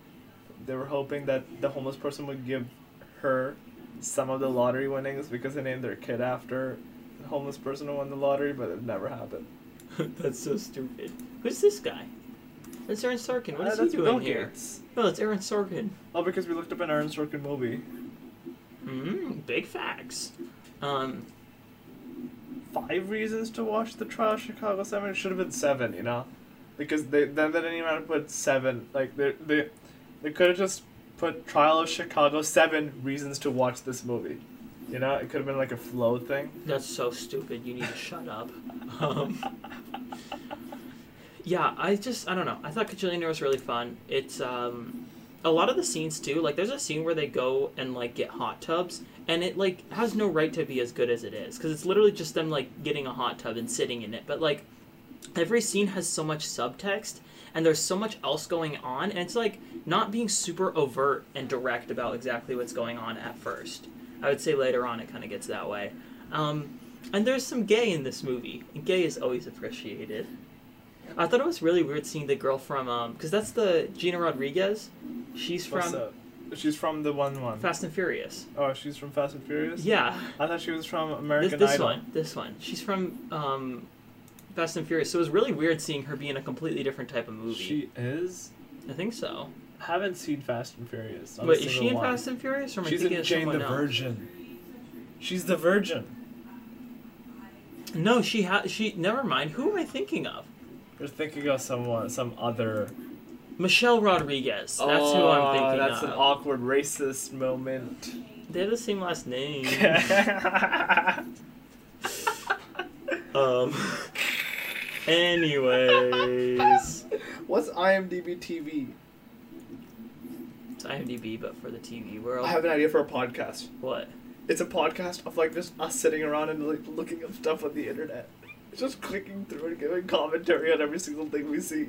They were hoping that the homeless person would give her some of the lottery winnings because they named their kid after the homeless person who won the lottery, but it never happened. That's so stupid. Who's this guy? It's Aaron Sorkin. What Uh, is he that's doing Bill here? Gates. No, it's Aaron Sorkin. Oh, because we looked up an Aaron Sorkin movie. Mm, big facts. Um, Five reasons to watch the trial of Chicago Seven. It should have been seven, you know, because they then they didn't even have to put seven. Like they they they could have just put Trial of Chicago Seven reasons to watch this movie. You know, it could have been like a flow thing. That's so stupid. You need to shut up. Um, yeah, I just I don't know. I thought Cajillionaire was really fun. It's um, a lot of the scenes too. Like there's a scene where they go and like get hot tubs, and it like has no right to be as good as it is because it's literally just them like getting a hot tub and sitting in it. But like every scene has so much subtext. And there's so much else going on, and it's like not being super overt and direct about exactly what's going on at first. I would say later on it kind of gets that way. Um, and there's some gay in this movie, and gay is always appreciated. I thought it was really weird seeing the girl from, um, because that's the Gina Rodriguez. She's What's from up? She's from the one one. Fast and Furious. oh, she's from Fast and Furious. Yeah, I thought she was from this, American this Idol. one, this one. She's from um, Fast and Furious, so it was really weird seeing her be in a completely different type of movie. She is. I think so. Haven't seen Fast and Furious. not a Wait, is single she in one. Fast and Furious, or am I She's thinking in of Jane someone the else? Virgin. She's the Virgin. No, she has. She never mind. Who am I thinking of? You're thinking of someone, some other. Michelle Rodriguez. That's who I'm thinking Oh, That's of. an awkward racist moment. They have the same last name. Um. Anyways, What's IMDb TV? it's IMDb, but for the TV world. I have an idea for a podcast. What? It's a podcast of like just us sitting around and like looking up stuff on the internet, just clicking through and giving commentary on every single thing we see.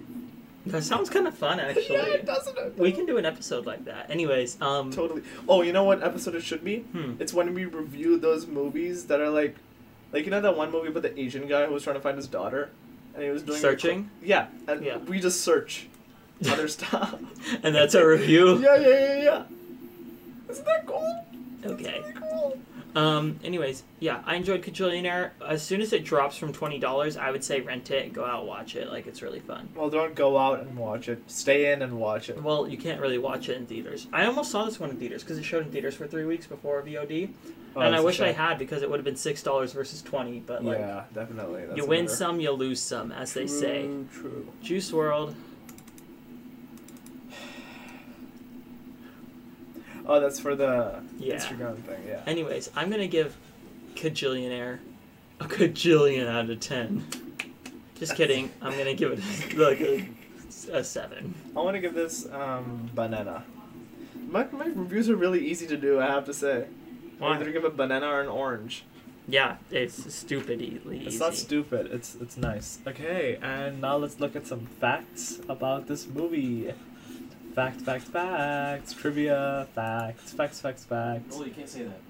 That sounds kind of fun, actually. Yeah, doesn't it? We can do an episode like that. Anyways, um, Totally. Oh, you know what episode it should be? Hmm. It's when we review those movies that are like, like you know that one movie about the Asian guy who was trying to find his daughter, and he was doing a cl- Searching? yeah, and Yeah. we just search other stuff. and that's our review. yeah, yeah, yeah, yeah. Isn't that cool? Okay. Isn't that cool? Um. Anyways, yeah, I enjoyed Cajillionaire. As soon as it drops from twenty dollars, I would say rent it, go out, watch it. Like it's really fun. Well, don't go out and watch it. Stay in and watch it. Well, you can't really watch it in theaters. I almost saw this one in theaters because it showed in theaters for three weeks before VOD, Oh, and that's I a wish I shame. had because it would have been six dollars versus twenty. But like, yeah, definitely. That's you win another- some, you lose some, as they say. True, True. Juice World. Oh, that's for the Yeah. Instagram thing. Yeah. Anyways, I'm gonna give Cajillionaire a cajillion out of ten. Just kidding. I'm gonna give it like a, a seven. I want to give this um, banana. My, my reviews are really easy to do, I have to say. I Why? either give a banana or an orange. Yeah, it's stupidly easy. It's not stupid, it's it's nice. Okay, and now let's look at some facts about this movie. Fact, facts, facts, trivia, facts, facts, facts, facts. you can't say that.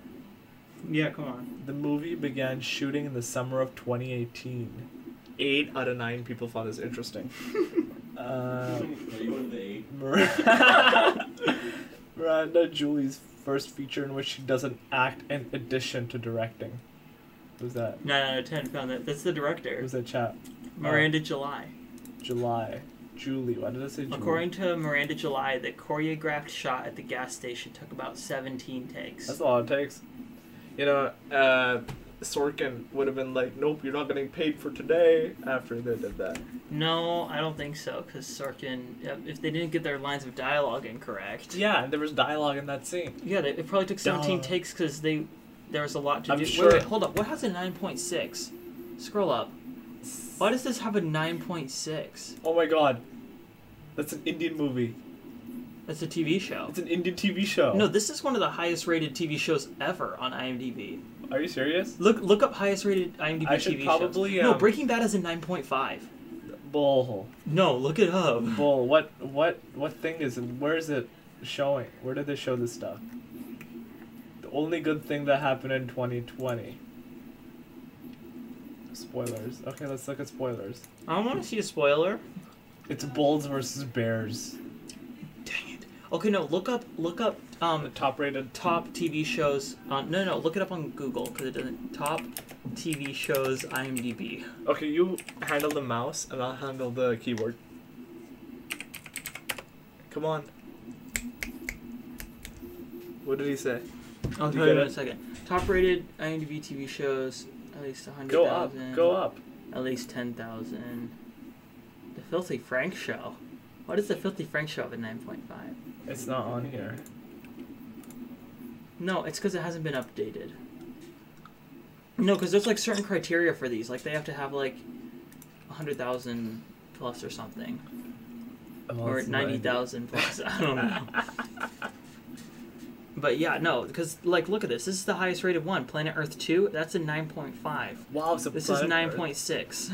yeah, come on. The movie began shooting in the summer of 2018. Eight out of nine people found this interesting. Uh, Um, Are you one of the eight? Mar- Miranda Julie's first feature in which she doesn't act in addition to directing. Who's that? Nine out of ten found that. That's the director, Who's uh, that chap? Miranda July. July. Julie. Why did I say Julie? According to Miranda July, the choreographed shot at the gas station took about 17 takes. That's a lot of takes. You know, uh, Sorkin would have been like, "Nope, you're not getting paid for today." After they did that, No, I don't think so, because Sorkin, yep, if they didn't get their lines of dialogue incorrect, Yeah, there was dialogue in that scene. yeah, they, it probably took 17 Duh. takes because they there was a lot to I'm do. Wait, sure- wait, hold up. What has a 9.6? Scroll up. Why does this have a 9.6? Oh my god. That's an Indian movie. That's a TV show. It's an Indian TV show. No, this is one of the highest rated TV shows ever on IMDb. Are you serious? Look look up highest rated IMDb I TV should shows. probably, No, um, Breaking Bad is a 9.5. Bull. No, look it up. Bull. What what what thing is it? Where is it showing? Where did they show this stuff? The only good thing that happened in 2020. Spoilers. Okay, let's look at spoilers. I don't want to see a spoiler. It's Bulls versus Bears. Dang it. Okay, no, look up look up um Top rated top TV shows on no no look it up on Google because it doesn't top TV shows IMDb. okay, you handle the mouse and I'll handle the keyboard. Come on. What did he say? I'll You tell you get in a it? second. Top rated IMDb TV shows at least hundred Go up. thousand. Go up. At least ten thousand. The Filthy Frank Show. What is the Filthy Frank Show of a nine point five? It's not on here. No, it's because it hasn't been updated. No, because there's like certain criteria for these. Like they have to have like hundred thousand plus or something. Oh, or it's ninety thousand plus. I don't know. but yeah, no, because like look at this. This is the highest rated one. Planet Earth two. That's a nine point five. Wow, it's a This is planet nine Earth. point six.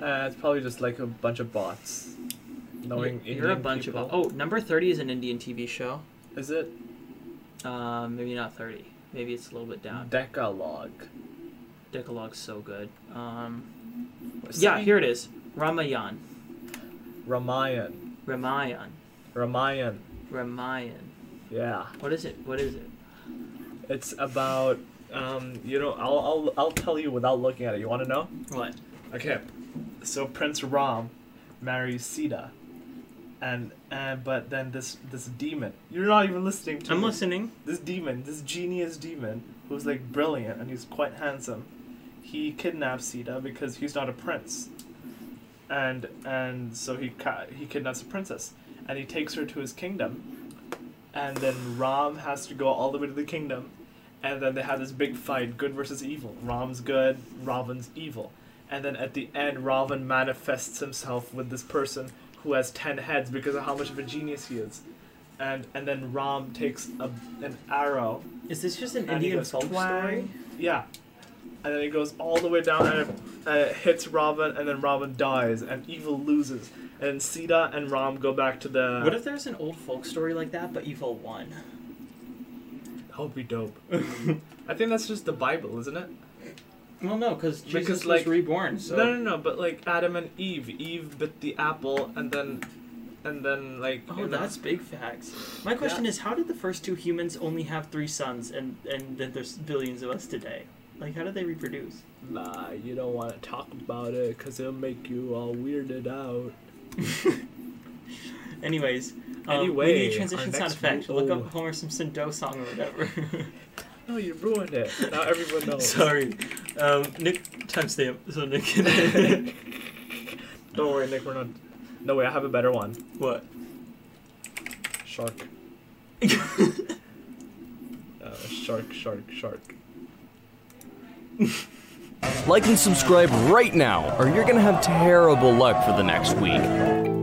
Uh, it's probably just like a bunch of bots. Knowing You're a Indian bunch people. of. Oh, number thirty is an Indian TV show. Is it Um, maybe not thirty. Maybe it's a little bit down. Decalogue? Hmm. Decalogue's so good. Um, What's yeah, that? here it is. Ramayan. Ramayan. Ramayan. Ramayan. Ramayan. Yeah. What is it? What is it? It's about um, you know, I'll I'll I'll tell you without looking at it. You want to know? What? Okay. So Prince Ram marries Sita. And uh, but then this this demon. You're not even listening to I'm me. listening. this demon, this genius demon, who's like brilliant and he's quite handsome, he kidnaps Sita because he's not a prince, and and so he ca- he kidnaps a princess and he takes her to his kingdom, and then Ram has to go all the way to the kingdom, and then they have this big fight, good versus evil. Ram's good, Ravan's evil, and then at the end, Ravan manifests himself with this person who has ten heads because of how much of a genius he is and and then Ram takes a, an arrow. Is this just an And he Indian goes, folk story? "Twang." Yeah, and then it goes all the way down and it, and it hits Robin, and then Robin dies, and Evil loses, and Sita and Ram go back to the. What if there's an old folk story like that, but Evil won? that would be dope. I think that's just the Bible, isn't it? Well, no, because Jesus Because, was like- reborn. So No, no, no. But like Adam and Eve, Eve bit the apple, and then, and then like. you oh, know- that's big facts. My question is, how did the first two humans only have three sons, and and then there's billions of us today? Like, how did they reproduce? Nah, you don't want to talk about it, cause it'll make you all weirded out. Anyways, um, we Anyway, need a transition our sound next effect. mo- Look oh. up Homer Simpson Doe song or whatever. No, you ruined it. Now everyone knows. Sorry, um, Nick timestamp. So Nick, Don't worry, Nick. We're not. No way. I have a better one. what? Shark. Uh, shark. Shark. Shark. Like and subscribe right now, or you're gonna have terrible luck for the next week.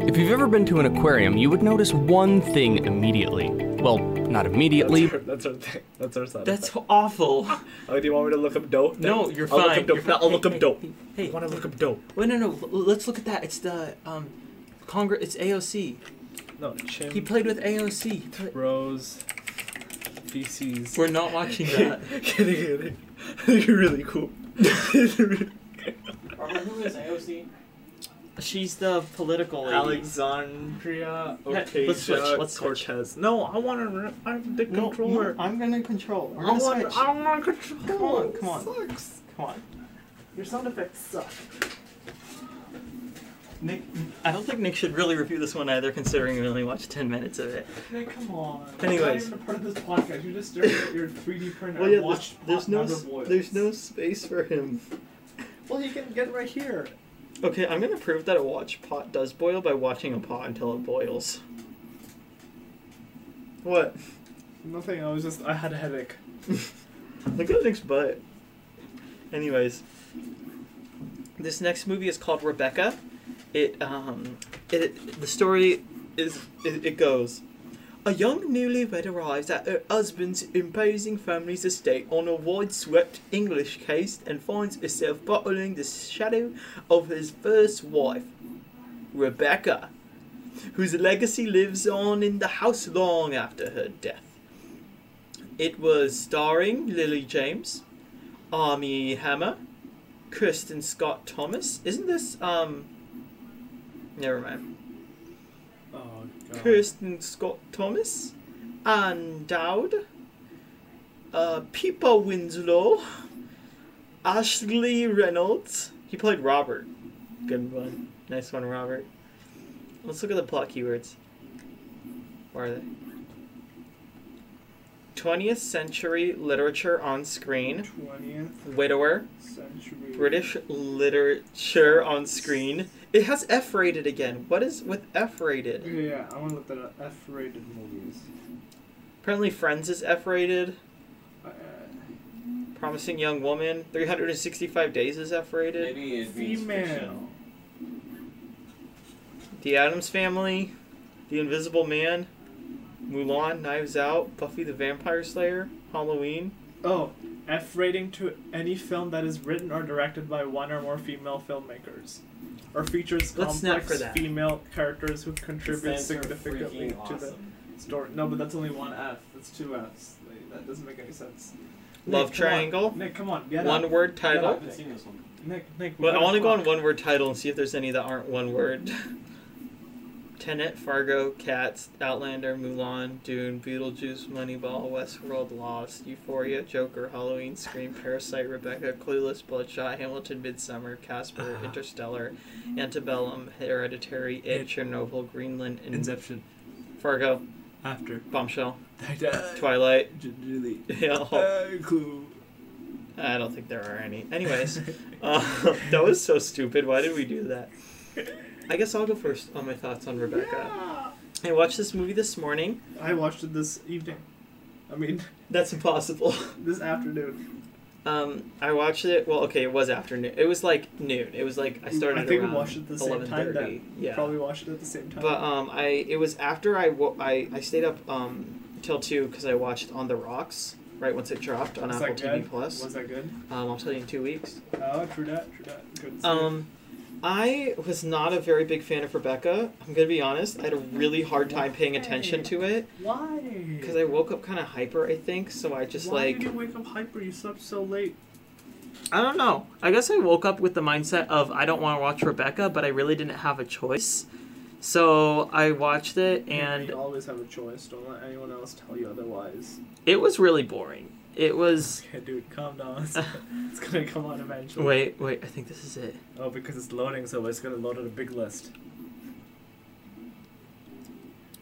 If you've ever been to an aquarium, you would notice one thing immediately. Well, not immediately. That's our, that's our thing. That's our side. That's awful. Ah, Oh, do you want me to look up dope? No, you're I'll fine. You're Look up dope. fine. No, I'll look Hey, up hey, dope. hey, hey. I want to look up dope. Wait, no, no. l- Let's look at that. It's the um, Congress. It's AOC. No, chim. He played with AOC. He pla- Rose. Feces. We're not watching that. kidding. kidding. You're really cool. Or who is AOC? She's the political lady. Alexandria Yeah, let's Ocasio switch, let's switch. Cortez. No, I want to. I'm the No, controller. no, I'm gonna control. We're I gonna want. switch. I want to control. Come on, come on. Sucks. Come on. Your sound effects suck. Nick, I don't think Nick should really review this one either, considering we only watched ten minutes of it. Nick, come on. Anyways. It's not even a part of this podcast. You're just staring at your 3D printer. Well, yeah. and There's, watched there's Hot no. Number s- Boil. There's no space for him. Well, you can get right here. Okay, I'm gonna prove that a watch pot does boil by watching a pot until it boils. What? Nothing. I was just. I had a headache. Look at Nick's butt. Anyways, this next movie is called Rebecca. It um, it the story is it, it goes. A young newlywed arrives at her husband's imposing family's estate on a wide-swept English coast and finds herself battling the shadow of his first wife, Rebecca, whose legacy lives on in the house long after her death. It was starring Lily James, Army Hammer, Kristen Scott Thomas. Isn't this um? Never mind. Oh god. Kirsten Scott Thomas, Anne Dowd, uh, Pippa Winslow, Ashley Reynolds. He played Robert. Good one. Nice one, Robert. Let's look at the plot keywords. Where are they? 20th century literature on screen, 20th widower, century. British literature on screen. It has F rated again. What is with F rated? Yeah, I want to look that up. F-rated movies. Apparently, Friends is F rated. Uh, Promising Young Woman. 365 Days is F rated. Maybe it means female. The Adams Family. The Invisible Man. Mulan. Knives Out. Buffy the Vampire Slayer. Halloween. Oh, F rating to any film that is written or directed by one or more female filmmakers, or features Let's snap complex for that. female characters who contribute Stands for significantly freaking to the awesome. story. No, but that's only one F. That's two Fs. Like, That doesn't make any sense. Nick, Love come Triangle. On. Nick, come on, get One up. word Get title. up, haven't seen this one. Nick, Nick. we Well, I gotta want to go on talk. one word title and see if there's any that aren't one word. Tenet, Fargo, Cats, Outlander, Mulan, Dune, Beetlejuice, Moneyball, Westworld, Lost, Euphoria, Joker, Halloween, Scream, Parasite, Rebecca, Clueless, Bloodshot, Hamilton, Midsummer, Casper, Interstellar, Antebellum, Hereditary, It, Chernobyl, Greenland, and Inception. Fargo, After. Bombshell, Twi- Twilight. Julie. Yeah, Uh, clue. I don't think there are any. Anyways, uh, that was so stupid. Why did we do that? I guess I'll go first on my thoughts on Rebecca. I watched this movie this morning. I watched it this evening. I mean, That's impossible. this afternoon. Um, I watched it. Well, okay, it was afternoon. It was like noon. It was like I started. Mm, I think we around watched it the same time. That 11:30. Yeah. probably watched it at the same time. But um, I it was after I wo- I, I stayed up um till two because I watched On the Rocks right once it dropped on Was Apple that TV good? Plus. Was that good? Um, I'll tell you in two weeks. Oh, true that. True that. Good. Um, I was not a very big fan of Rebecca. I'm gonna be honest. I had a really hard time paying attention to it why? because I woke up kind of hyper. I think so. I just why like did you wake up hyper? You slept so late. I don't know. I guess I woke up with the mindset of I don't want to watch Rebecca, but I really didn't have a choice. So I watched it and you always have a choice. Don't let anyone else tell you otherwise. it was really boring. It was Okay, dude, calm down. It's, it's gonna come on eventually. wait, wait, I think this is it. Oh, because it's loading, so it's gonna load on a big list.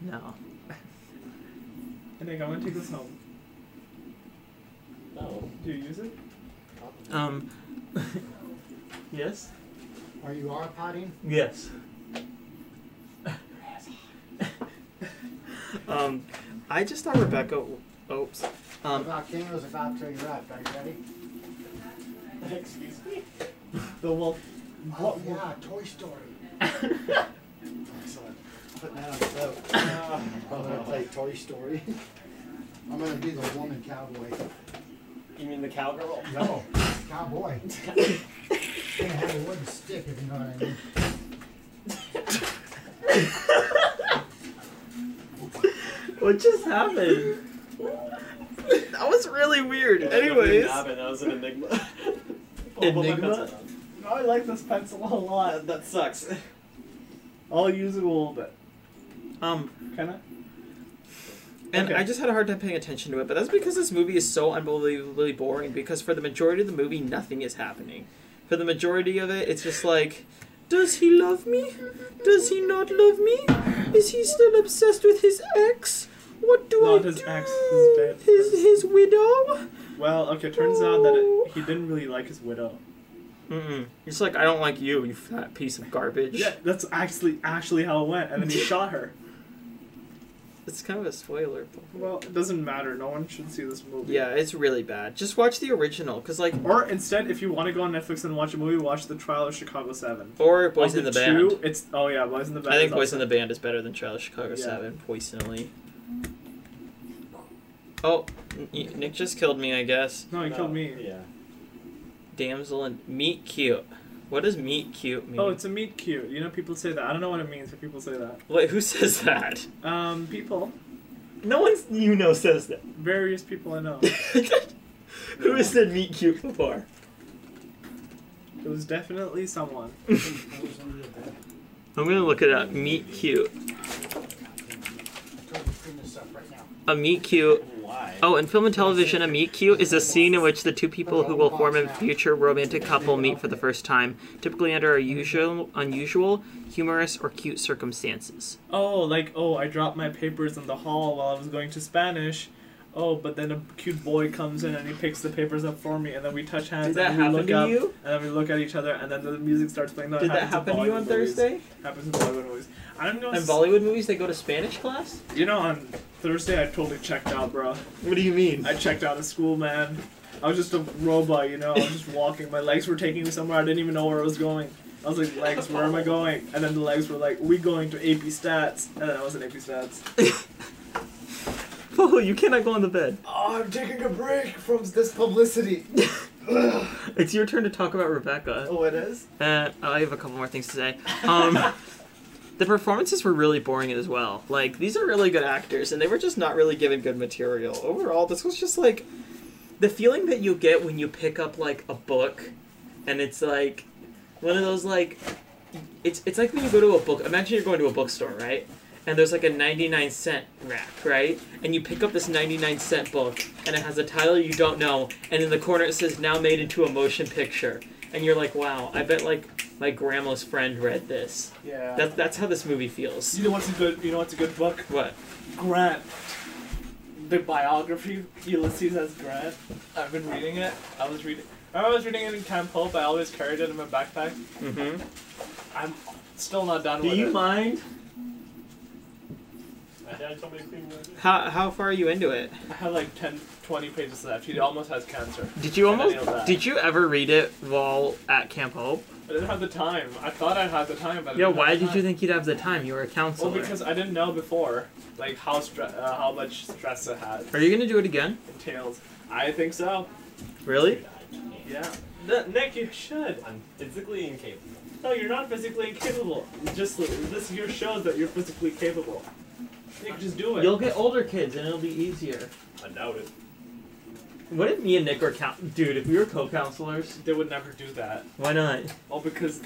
No. And Nick, I'm gonna take this home. Oh. No. Do you use it? Um Yes? Are you are potting? Yes. um, I just thought Rebecca. Oops. Um, About Kingos, about to your left. Are you ready? Excuse me. The wolf. Oh, What? yeah, Toy Story. Excellent. Putting that on the boat. I'm gonna play Toy Story. I'm gonna be the woman cowboy. You mean the cowgirl? No, cowboy. Gonna have a wooden stick if you know what I mean. what just happened? that was really weird. Anyways, That was an enigma. Oh, Enigma? No, I like this pencil a lot. that sucks. I'll use it a little bit. Um, Can I? And Okay. I just had a hard time paying attention to it, but that's because this movie is so unbelievably boring. Because for the majority of the movie, nothing is happening. For the majority of it, it's just like, does he love me? Does he not love me? Is he still obsessed with his ex? What do Not I his do? ex, his babe. his his widow. Well, okay, turns out that it, he didn't really like his widow. Mm-mm. He's like, I don't like you, you fat piece of garbage. Yeah, that's actually actually how it went, and then he shot her. It's kind of a spoiler. but- Well, it doesn't matter. No one should see this movie. Yeah, it's really bad. Just watch the original, cause like, Or instead, if you want to go on Netflix and watch a movie, watch the Trial of Chicago Seven. or Boys Of in the two, Band. It's oh yeah, Boys in the Band. I think is Poison awesome. the Band is better than Trial of Chicago Yeah. 7, poisonally. Oh, N- N- Nick just killed me, I guess. No, he killed me. Yeah. Damsel and meat cute. What does meat cute mean? Oh, it's a meet cute. You know, people say that. I don't know what it means, but people say that. Wait, who says that? Um, people, No one you know says that. various people I know. Who has said meet cute before? It was definitely someone. I'm gonna look it up. Meat cute. A meat cute. Why? Oh, in film and television, a meet cute is a scene in which the two people who will form a future romantic couple meet for the first time, typically under unusual, unusual, humorous, or cute circumstances. Oh, like oh, I dropped my papers in the hall while I was going to Spanish. Oh, but then a cute boy comes in and he picks the papers up for me, and then we touch hands. Did that and we happen look to up, you? And then we look at each other, and then the music starts playing. No, it Did that happens happen to in you Bollywood on movies. Thursday? Happens in Bollywood movies. I'm gonna. In s- Bollywood movies, they go to Spanish class? You know, on Thursday I totally checked out, bro. What do you mean? I checked out of school, man. I was just a robot, you know. I was just walking. My legs were taking me somewhere. I didn't even know where I was going. I was like, legs, where am I going? And then the legs were like, we going to AP Stats. And then I was in AP Stats. Oh, you cannot go on the bed. Oh, I'm taking a break from this publicity. It's your turn to talk about Rebecca. Oh, it is? Uh, I have a couple more things to say. Um, the performances were really boring as well. Like, these are really good actors, and they were just not really given good material. Overall, this was just like the feeling that you get when you pick up, like, a book, and it's like one of those, like, it's, it's like when you go to a book. Imagine you're going to a bookstore, right? and there's like a 99 cent rack, right? And you pick up this 99 cent book, and it has a title you don't know, and in the corner it says now made into a motion picture, and you're like, wow, I bet like my grandma's friend read this. Yeah. That, that's how this movie feels. you know what's a good? You know what's a good book? What? Grant. The biography Ulysses S. Grant. I've been reading it. I was reading. I was reading it in Camp Hope. I always carried it in my backpack. Mm-hmm. I'm still not done Do with you it. mind? My dad told me to clean it. How, how far are you into it? I have like 10, 20 pages left. He almost has cancer. Did you I almost? nailed that. Did you ever read it while at Camp Hope? I didn't have the time. I thought I had the time, but I Yeah. didn't have Why the did you time. think you'd have the time? You were a Well, counselor. because I didn't know before, like how stre- uh, how much stress it had are you gonna do it again? entails. I think so. Really? Yeah. Th- Nick, you should. I'm physically incapable. No, you're not physically incapable. It's Just this year shows that you're physically capable. Nick, just do it. You'll get older kids, and it'll be easier. I doubt it. What if me and Nick were coun dude? If we were co-counselors, They would never do that. why not? All because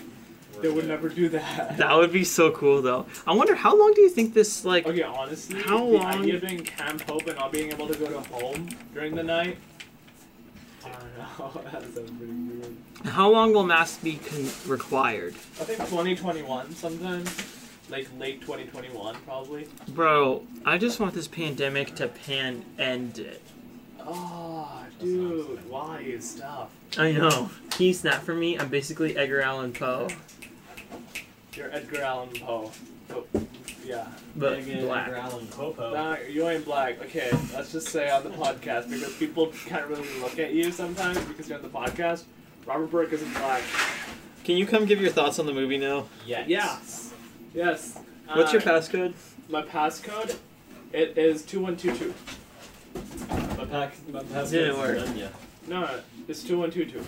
they would never do that. That would be so cool, though. I wonder how long do you think this like? Okay, honestly, How the long- idea of doing Camp Hope and not being able to go to home during the night. I don't know. that sounds pretty weird. How long will masks be con- required, I think 2021 sometime. Like late 2021, probably. bro? I just want this pandemic to pan end it. Oh, dude, why you stuff? I know. Can you snap for me? I'm basically Edgar Allan Poe, You're Edgar Allan Poe. But, yeah. but Megan Uh, black. Growling Popo. Nah, you ain't black. Okay, let's just say on the podcast, because people can't really look at you sometimes because you're on the podcast. Robert Burke isn't black. Can you come give your thoughts on the movie now? Yes. Yes. Yes. What's your Uh, passcode? My passcode, it is 2122. My pack. My pack Didn't is work. done, yeah. No, it's 2122.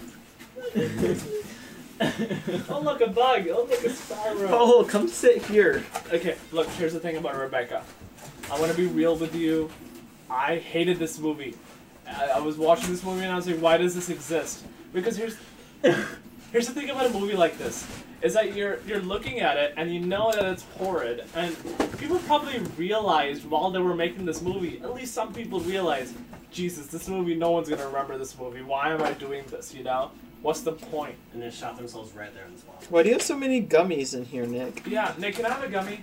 oh, look, a bug. Oh, look, a sparrow. Oh, come sit here. Okay, look, here's the thing about Rebecca. I want to be real with you. I hated this movie. I, I was watching this movie and I was like, why does this exist? Because here's. here's the thing about a movie like this is that you're you're looking at it and you know that it's horrid and people probably realized while they were making this movie at least some people realized jesus this movie no one's going to remember this movie why am i doing this you know what's the point And they shot themselves right there in the spot. Why do you have so many gummies in here, Nick? yeah nick can i have a gummy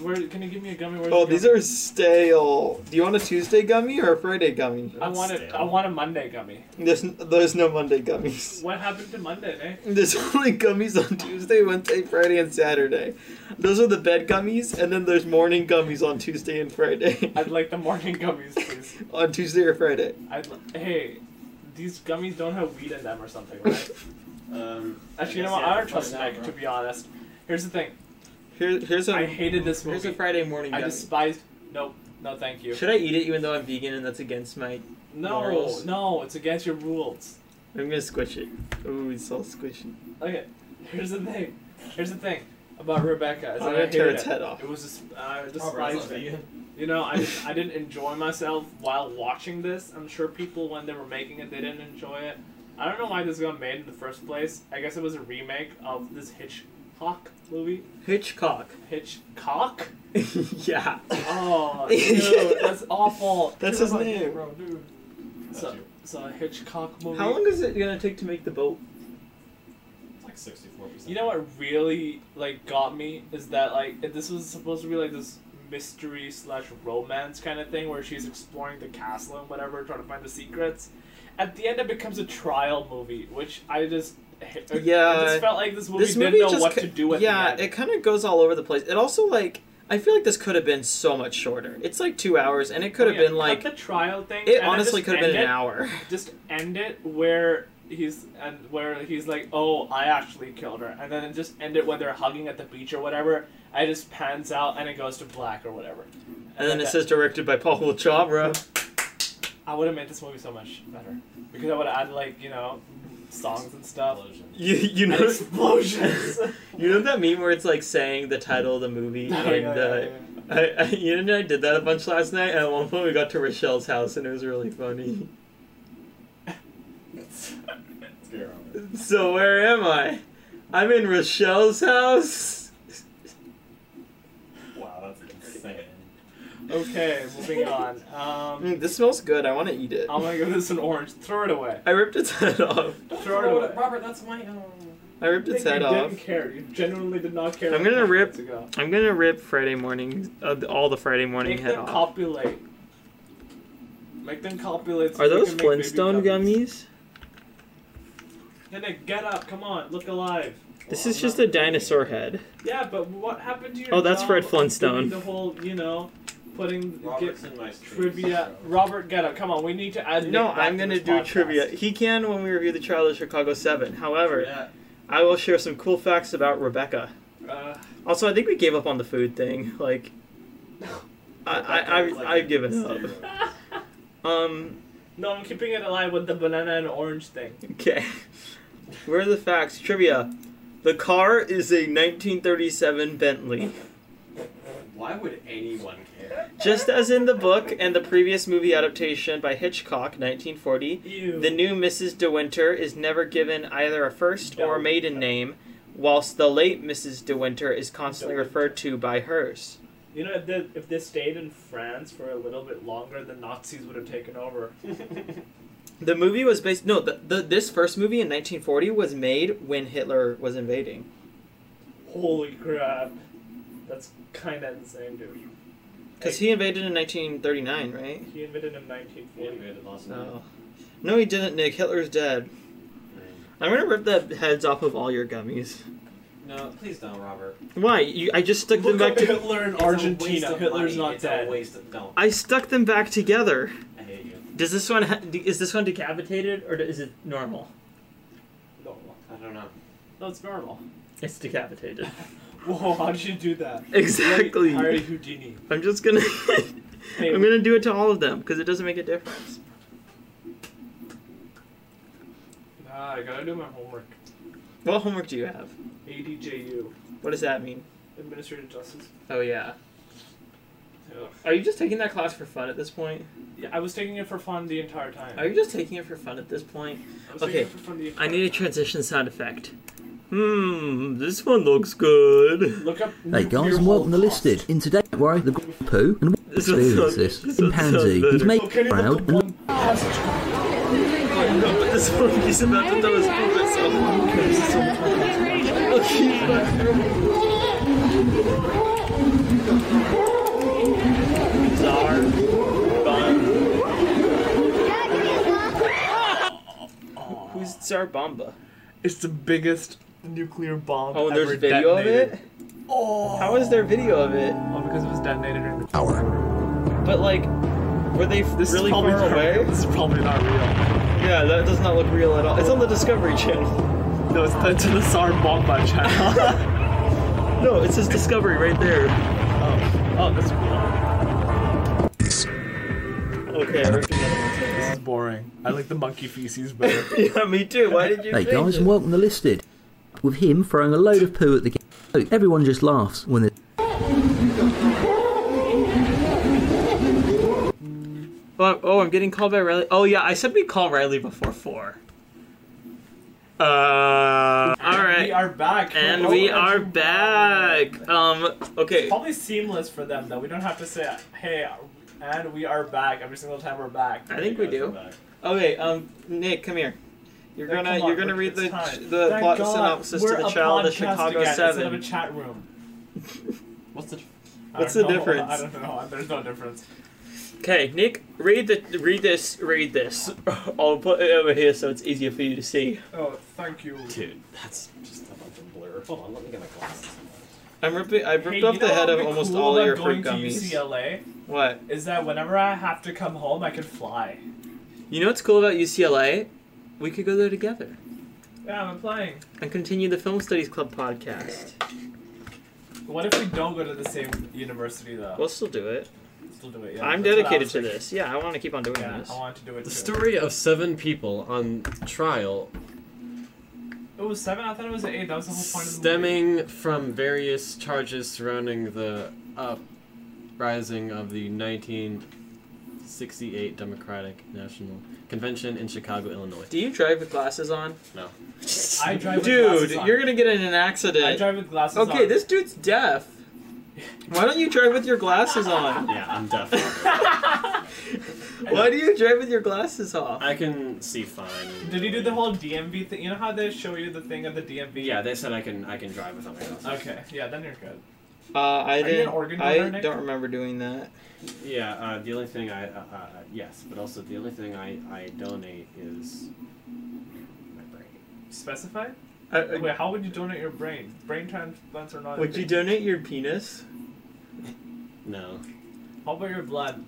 where can you give me a gummy Where's Oh, the these gummy? are stale. Do you want a Tuesday gummy or a Friday gummy? i want it i want a monday gummy There's there's no Monday gummies. what happened to monday eh? nick There's only gummies on Tuesday, Wednesday, Friday, and Saturday. Those are the bed gummies, and then there's morning gummies on Tuesday and Friday. i'd like the morning gummies please on Tuesday or Friday. I'd, l- hey, these gummies don't have weed in them or something, right? Um, Actually, you know guess, what? yeah, I don't fuck trust that, Nick, bro. to be honest. Here's the thing. Here, here's I a hated this Here's a movie. Friday morning I gummy. despised. Nope. No, thank you. Should I eat it even though I'm vegan and that's against my? No, Morals. no, it's against your rules. I'm gonna squish it. Ooh, it's all squishy. Okay, here's the thing. Here's the thing about Rebecca. Is I'm that I gonna tear hated its it. head off. It was uh, just, I Robert, despised it's not it. vegan. You know, I, I didn't enjoy myself while watching this. I'm sure people, when they were making it, they didn't enjoy it. I don't know why this got made in the first place. I guess it was a remake of this Hitchcock movie. Hitchcock. Hitchcock? yeah. Oh, dude, that's awful. That's his name. Bro, dude. So, so a Hitchcock movie. How long is it gonna take to make the boat? It's like sixty-four percent. You know what really like got me is that like if this was supposed to be like this mystery slash romance kind of thing where she's exploring the castle and whatever, trying to find the secrets. At the end, it becomes a trial movie, which I just I Yeah. just felt like this movie Uh, this didn't movie know just what ca- to do at yeah, the it end. kind of goes all over the place. It also like I feel like this could have been so much shorter. It's like two hours, and it could Oh, have yeah, been like cut the trial thing. and it then honestly just could have been end an it- hour. Just end it where he's and where he's like, oh, I actually killed her, and then it just end it when they're hugging at the beach or whatever. I just pans out and it goes to black or whatever. And then it that- says directed by Paul Chabra. I would have made this movie so much better because I would have added like you know songs and stuff. Explosion. You you And know explosions. you know that meme where it's like saying the title of the movie Yeah, and yeah, the. yeah, yeah. I, I, you and I did that a bunch last night, and at one point we got to Rochelle's house, and it was really funny. You're on it. So where am I? I'm in Rochelle's house. Wow, that's insane. Okay, moving on. Um, Mm, this smells good. I want to eat it. I'm gonna give this an orange. Throw it away. I ripped its head off. Throw, Robert, it away. Robert, that's my own. I ripped its Nick, head you off. didn't care. You genuinely did not care. I'm gonna enough rip- to go. I'm gonna rip Friday morning, uh, all the Friday morning Make head them off. copulate. Make them copulate. so Are they those can make baby Flintstone gummies? Hey, Nick, get up! Come on, look alive. This is just a dinosaur head. Yeah, but what happened to your? Oh, that's job Fred of Flintstone. doing The whole, you know, putting get Robert's in my streets, trivia. bro. Robert, get up! Come on, we need to add. No, Nick back I'm to gonna this do podcast. trivia. He can when we review the trial of Chicago Seven. However, Yeah. I will share some cool facts about Rebecca. Uh, Also, I think we gave up on the food thing. Like, I I I, It's like I've given up. zero. Um. no, I'm keeping it alive with the banana and orange thing. Okay. Where are the facts? Trivia. The car is a 1937 Bentley. Why would anyone care? Just as in the book and the previous movie adaptation by Hitchcock, 1940, Ew. the new Mrs. De Winter is never given either a first or a maiden name, whilst the late Mrs. De Winter is constantly referred to by hers. you know, if they, if they stayed in France for a little bit longer, the Nazis would have taken over. The movie was based no, the, the this first movie in 1940 was made when Hitler was invading. Holy crap! That's kind of insane, dude. Cuz he invaded in 1939, right? He invented in Yeah, 1940. we had a loss in No. No, he didn't, Nick. Hitler's dead. I'm going to rip the heads off of all your gummies. that. No, please don't, Robert. Why? You, I just stuck them Look back up to Hitler in It's a waste Argentina. of Hitler's money. not it's dead. A waste of, no, I stuck them back together. I hate you. Does this one ha- is this one decapitated or is it normal? Normal. I don't know. No, it's normal. It's decapitated. Whoa, how did you do that? Exactly. Harry Houdini. I'm just gonna Hey, I'm gonna do it to all of them because it doesn't make a difference. Nah, I gotta do my homework. What homework do you have? ADJU, What does that mean? Administrative Justice. Oh yeah. Are you just taking that class for fun at this point? Yeah, I was taking it for fun the entire time. Are you just taking it for fun at this point? I was taking okay, it for fun the I entire need a transition sound effect. Hmm, this one looks good. Look up. Hey guys, and welcome to Listed. In today's worry, the poo and what This is so- experiences. this In is so Pansy, better. he's made Okay, but proud and But this one is about to tell us Bizarre. Who's Tsar Bomba? It's the biggest nuclear bomb. Oh, there's ever video of detonated. it? Oh. How is there video of it? Oh, because it was detonated during the power. But, like, were they This really is probably far not away? real. This is probably not real. Yeah, that does not look real at all. It's on the Discovery Channel. No, it's the, to the Tsar Bomba channel. No, it says Discovery right there. oh, that's real. Okay, I recognize This is boring. I like the monkey feces better. it. Yeah, me too. Why did you Hey change guys, it? and welcome to Listed. With him throwing a load of poo at the game. Everyone just laughs when they Oh, I'm- oh, I'm getting called by Riley. Oh, yeah, I said we call Riley before four. Uh, all We right. are back. And Oh, We're we over are to- back. Um, okay. Probably seamless for them though. We don't have to say, "Hey, and we are back." Every single time we're back. I think we do. Okay, um, Nick, come here. You're Like, gonna come on, you're gonna look, read the it's time. the Thank plot God, synopsis to we're the a child of podcast Chicago again instead of a Seven. chat room. What's the? I What's don't the know. difference? I don't know. There's no difference. Okay, Nick, read the read this read this. I'll put it over here so it's easier for you to see. Oh, thank you. Dude, that's just a fucking blur. Hold on, let me get my glasses. I'm ripping. I ripped Hey, off you the know head of what would be almost cool all about of your going fruit to gummies. UCLA What? is that whenever I have to come home, I can fly. You know what's cool about UCLA? We could go there together Yeah, I'm applying. and continue the Film Studies Club podcast. What if we don't go to the same university though? We'll still do it. Still do it. Yeah, I'm that's what I dedicated was to thinking. this. Yeah, I want to keep on doing Yeah, this. I want to do it. The Too. story of seven people on trial It was seven. I thought it was eight. That was the whole point of the movie. stemming from various charges surrounding the uprising of the 1968 Democratic National Convention in Chicago, Illinois. Do you drive with glasses on? No. I drive with Dude, glasses on. you're gonna get in an accident. I drive with glasses. Okay, on. this dude's deaf. Why don't you drive with your glasses on? Yeah, I'm deaf. Why do you drive with your glasses off? I can see fine. Did he do the whole DMV thing? You know how they show you the thing of the DMV? Yeah, they said I can I can drive without my glasses. Okay. Yeah, then you're good. Uh, I Are you an didn't. organ I donor, Nick? don't remember doing that. Yeah, uh, the only thing I uh, uh, yes, but also the only thing I I donate is my brain. Specify. I, Wait, how would you donate your brain? Brain transplants are not. a would you thing. donate your penis? No, How about your blood?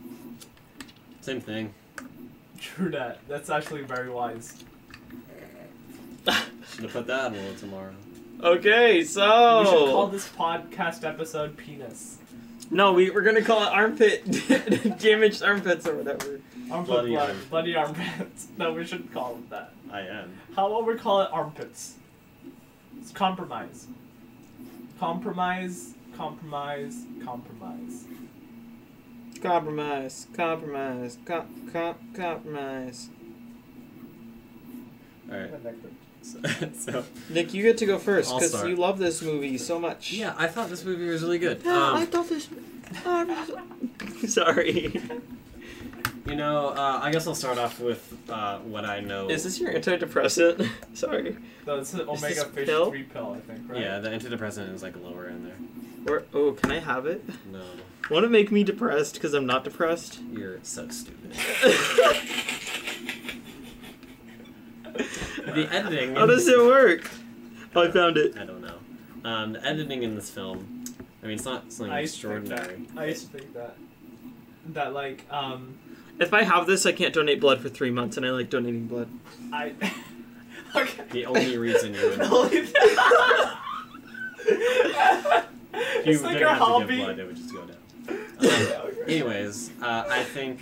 same thing. True that. That's actually very wise. Should have put that on roll tomorrow. Okay, so We Oh. should call this podcast episode "Penis." no, we we're gonna call it armpit damaged armpits or whatever. Armpit Bloody blood. arm. Bloody armpits. No, we should call it that. I am. How about we call it armpits? It's compromise. Compromise. Compromise. Compromise. Compromise, compromise, com- com- compromise. All right. So, so Nick, you get to go first I'll because start. you love this movie so much. yeah, I thought this movie was really good. Yeah, I Um, thought this. I was- Sorry. you know, uh, I guess I'll start off with uh, what I know. Is this your antidepressant? Sorry. No, it's an Is omega this fish pill? three pill, I think, right? Yeah, the antidepressant is like lower in there. Or, oh, can I have it? No, Want to make me depressed because I'm not depressed? you're so stupid. How the editing. does it work? Oh, I found it. I don't know. Um, the editing in this film, I mean, it's not something I used to think that. extraordinary. I used to think that. That like um If I have this, I can't donate blood for three months, and I like donating blood. I okay. The only reason you would The only thing- you it's like didn't a have to hobby. give blood, it would just go down. Um, anyways, uh, I think,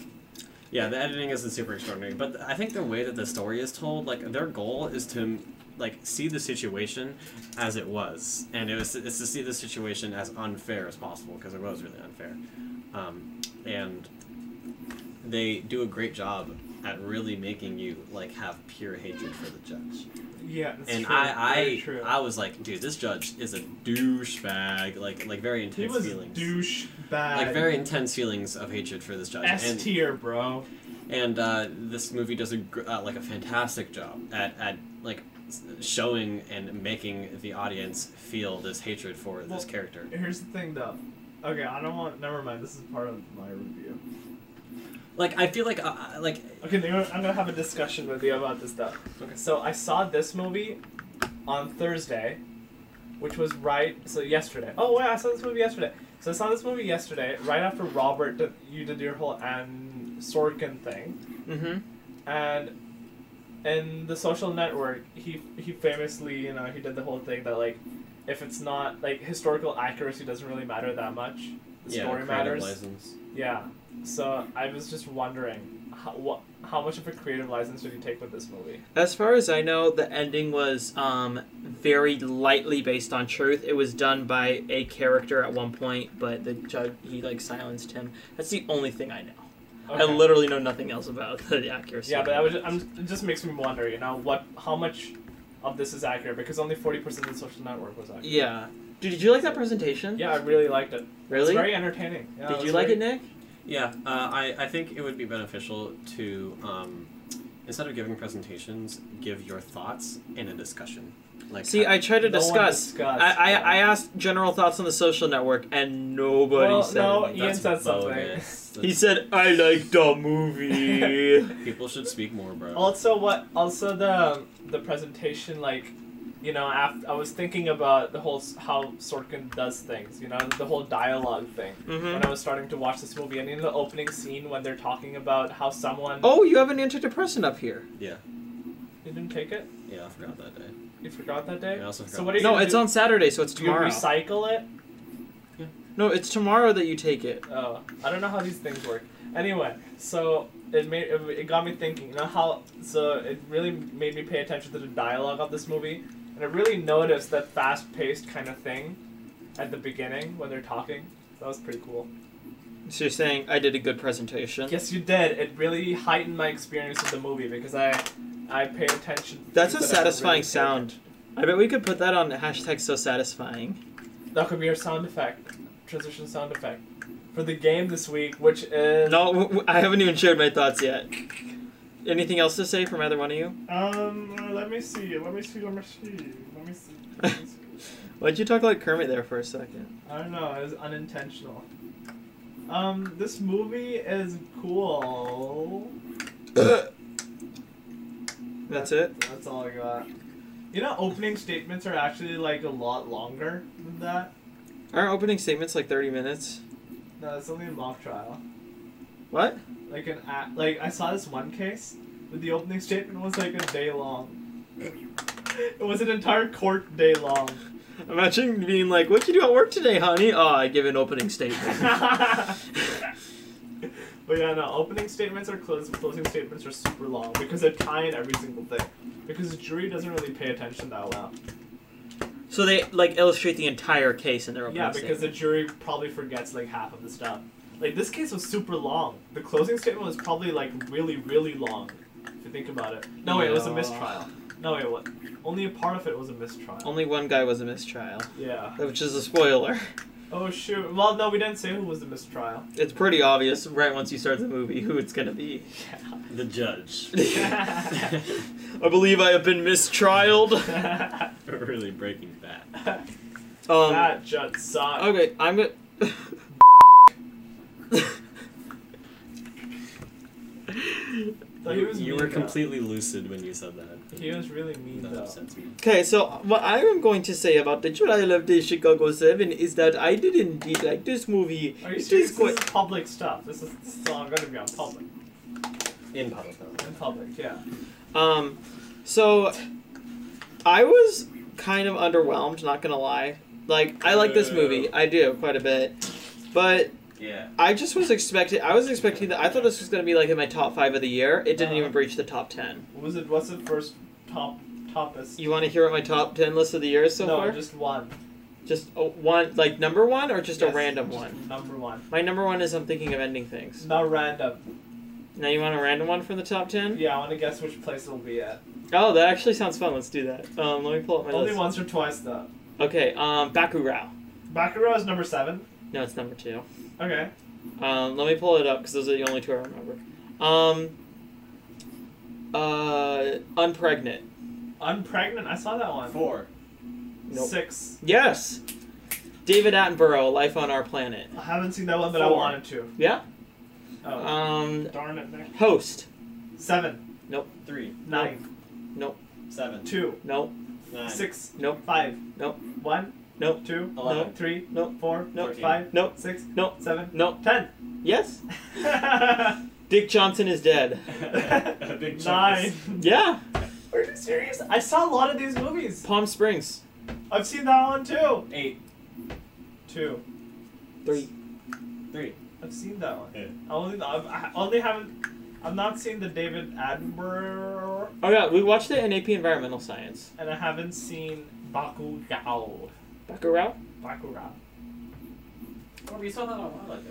yeah, the editing isn't super extraordinary, but I think the way that the story is told, like their goal is to like see the situation as it was, and it was it's to see the situation as unfair as possible because it was really unfair. um, and they do a great job at really making you like have pure hatred for the judge. Yeah, that's and true. Very I, true. I, I was like, dude, this judge is a douchebag. Like, like very he intense was feelings. douchebag. Like very intense feelings of hatred for this judge. S And- tier, bro. and uh, this movie does a gr- uh, like a fantastic job at, at like s- showing and making the audience feel this hatred for this character. Here's the thing, though. Okay, I don't want. Never mind. This is part of my review. Like I feel like uh, like Okay, then I'm gonna have a discussion with you about this stuff. Okay. So I saw this movie on Thursday, which was right. So yesterday. Oh wow, I saw this movie yesterday. So I saw this movie yesterday, right after Robert, did, you did your whole Anne Sorkin thing, Mm-hmm. and in the Social Network, he he famously, you know, he did the whole thing that like, if it's not like historical accuracy doesn't really matter that much. The yeah, story creative matters. license. Yeah. So I was just wondering, how, what, how much of a creative license did you take with this movie? As far as I know, the ending was um, very lightly based on truth. It was done by a character at one point, but the judge he like silenced him. That's the only thing I know. I Okay. literally know nothing else about the accuracy. Yeah, but I was just, I'm, it just makes me wonder, you know, what, how much of this is accurate? Because only forty percent of the social network was accurate. Yeah. Dude, did you like that presentation? Yeah, I really liked it. Really? It's very entertaining. Yeah, did was you like very- it, Nick? Yeah, uh, I I think it would be beneficial to um, instead of giving presentations, give your thoughts in a discussion. Like See, I tried to No one discuss. discussed, I, I, I asked general thoughts on the social network, and nobody Well, said. no, anything. Ian said something. bogus. He said, "I like the movie." people should speak more, bro. Also, what? Also, the the presentation, like, you know, after, I was thinking about the whole s- how Sorkin does things. You know, the whole dialogue thing. Mhm. When I was starting to watch this movie, and in the opening scene when they're talking about how someone oh, you have an antidepressant up here. Yeah, you didn't take it, yeah, I forgot that day. you forgot that day. I also forgot. so what are you? No, gonna it's do? on Saturday, so it's Do you tomorrow. recycle it? No, it's tomorrow that you take it. Oh, I don't know how these things work. Anyway, so it made it, it got me thinking. You know how? So it really made me pay attention to the dialogue of this movie, and I really noticed that fast-paced kind of thing at the beginning when they're talking. That was pretty cool. So you're saying I did a good presentation? Yes, you did. It really heightened my experience with the movie because I, I pay attention. to That's a things that I don't satisfying really pay sound. I bet we could put that on hashtag so satisfying. attention- That could be our sound effect, transition sound effect, for the game this week, which is No, w- w- I haven't even shared my thoughts yet. Anything else to say from either one of you? Um, uh, let me see. Let me see. Let me see. Let me see. Let me see. Why'd you talk like Kermit there for a second? I don't know. It was unintentional. Um, this movie is cool. That's it. That's all I got. You know, opening statements are actually like a lot longer than that. Our opening statement's like 30 minutes. No, it's only a mock trial. What? Like an a- like I saw this one case, where the opening statement was like a day long. it was an entire court day long. Imagine being like, "What'd you do at work today, honey?" Oh, I give an opening statement. But yeah, no. Opening statements or closing closing statements are super long because they tie in every single thing. Because the jury doesn't really pay attention that well. so they like illustrate the entire case in their opening Yeah, because the statement. jury probably forgets like half of the stuff. Like this case was super long. The closing statement was probably like really, really long. If you think about it. No, wait, it was a Yeah. mistrial. No, wait, what? Only a part of it was a mistrial. only one guy was a mistrial, yeah. which is a spoiler. Oh shoot. Well, no, we didn't say who was the mistrial. It's pretty obvious right once you start the movie who it's gonna be. The judge I believe I have been mistrialed. that really breaking that. Um, just sucked. okay, I'm gonna. Though he you, was you mean, were though. completely lucid when you said that. He was really mean That though. upsets me. Okay, so what I am going to say about the trial of the Chicago Seven is that I did indeed like this movie. Are you It serious? is This is quite. public stuff. This is, this is all gonna be on public. In public. In public, yeah. Um, so I was kind of underwhelmed. Not gonna lie. Like I like this movie. I do quite a bit, but Yeah. I just was expecting. I was expecting that. I thought this was gonna be like in my top five of the year. It didn't Uh-huh. even breach the top ten. What was it? What's the first top topest? You want to hear what my top ten list of the year is so no, far? just one. Just a one, like number one, or just a Yes, random just one? Number one. My number one is I'm thinking of ending things. Not random. Now you want a random one from the top ten? Yeah, I want to guess which place it'll be at. Oh, that actually sounds fun. Let's do that. Um, let me pull up my Only list. once or twice though. Okay. Um, Bakurao. Bakura is number seven. No, it's number two. Okay. Um, let me pull it up because those are the only two I remember. Um, uh, unpregnant. Unpregnant. I saw that one. Four. Nope. Six. Yes. David Attenborough, Life on Our Planet. I haven't seen that one, but I Four. wanted to. Yeah. Oh. Um, Darn it, Nick. host. Seven. Nope. Three. Nine. Nope. Seven. Two. Nope. Nine. Six. Nope. Five. Nope. One. Nope. Oh. Two. Eleven. Three. Nope. Four. Nope. Five. Nope. Six. Nope. Seven. Nope. Ten. Yes. Dick Johnson is dead. A big chunk. Nine. Yeah. Are you serious? I saw a lot of these movies. Palm Springs. I've seen that one too. Eight. Two. Three. Three. I've seen that one. Yeah. I only, I've, I only haven't. I've not seen the David Attenborough, Oh yeah, we watched it in AP Environmental Science. and I haven't seen Bakugao. Bakurao. Bakura. Oh, you saw that a while ago.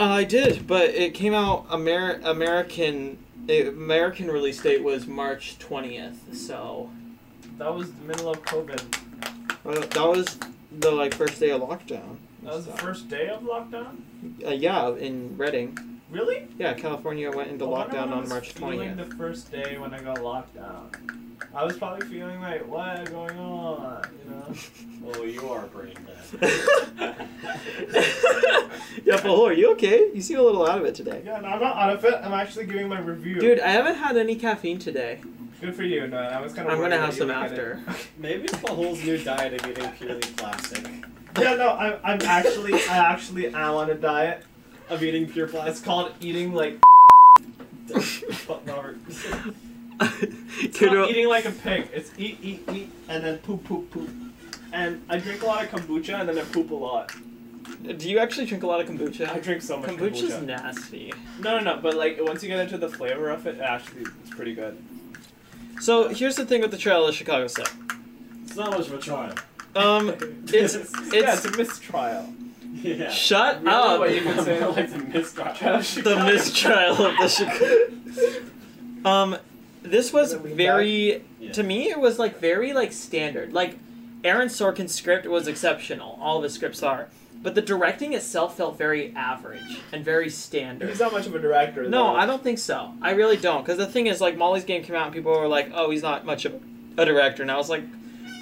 Uh, I did, but it came out Amer- American. The American release date was March twentieth, so That was the middle of COVID. uh, that was the like first day of lockdown. That was the first day of lockdown. Uh, yeah, in Reading. Really? Yeah, California went into I wonder lockdown what I on was March Feeling twentieth. the first day when I got locked down, I was probably feeling like, what is going on? You know. Oh, you are brain dead. yeah, Paul, are you okay? You seem a little out of it today. Yeah, no, I'm not out of it. I'm actually giving my review. Dude, I haven't had any caffeine today. Good for you, Noah. I was kind of. I'm gonna have some after. Maybe it's the whole new diet of eating purely plastic. Yeah, no, I'm, I'm actually, I actually am on a diet. Of eating pure plastic. It's called eating like. But Robert. It's Kiddo- not eating like a pig. It's eat, eat, eat, and then poop, poop, poop. And I drink a lot of kombucha, and then I poop a lot. do you actually drink a lot of I kombucha? drink so much Kombucha's kombucha. nasty. No, no, no. But like, once you get into the flavor of it, it actually, it's pretty good. So here's the thing with the Trial of Chicago Seven. It's not much of a trial. Um, it's yeah, it's it's a mistrial. Yeah. shut Really up. what you can say. More like the mistrial. the mistrial of the Chicago. um, this was very Yeah. to me. It was like very like standard. Like Aaron Sorkin's script was exceptional. All the scripts are, but the directing itself felt very average and very standard. He's not much of a director. No, though. I don't think so. I really don't. Because the thing is, like, Molly's game came out and people were like, oh, he's not much of a director. And I was like,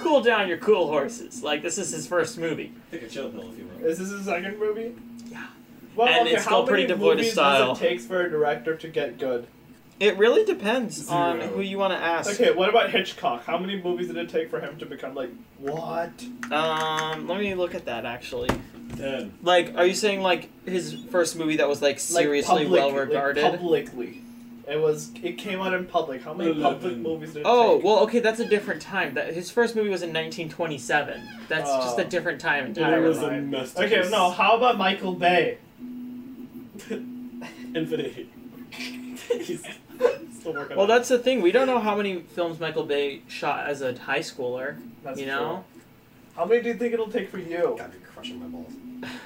cool down your cool horses. Like, this is his first movie. Take a chill pill if you will. Is this his second movie? Yeah. Well, And okay, it's how called pretty many devoid of movies style. Does it takes for a director to get good. It really depends on Zero. who you want to ask. Okay, what about Hitchcock? How many movies did it take for him to become like what? Um, let me look at that, actually. Ten. Like, are you saying, like, his first movie that was, like, seriously like, public- well regarded? Like, publicly, it was. It came out in public. How many Eleven. public movies did it Oh take? well, okay, that's a different time. That his first movie was in 1927. That's just a Oh. different time And it entirely. was a masterpiece. Okay, no. How about Michael Bay? Infinity. He's still working Well, on it. that's the thing. We don't know how many films Michael Bay shot as a high schooler. That's you true. know, How many do you think it'll take for you? God, you're crushing my balls.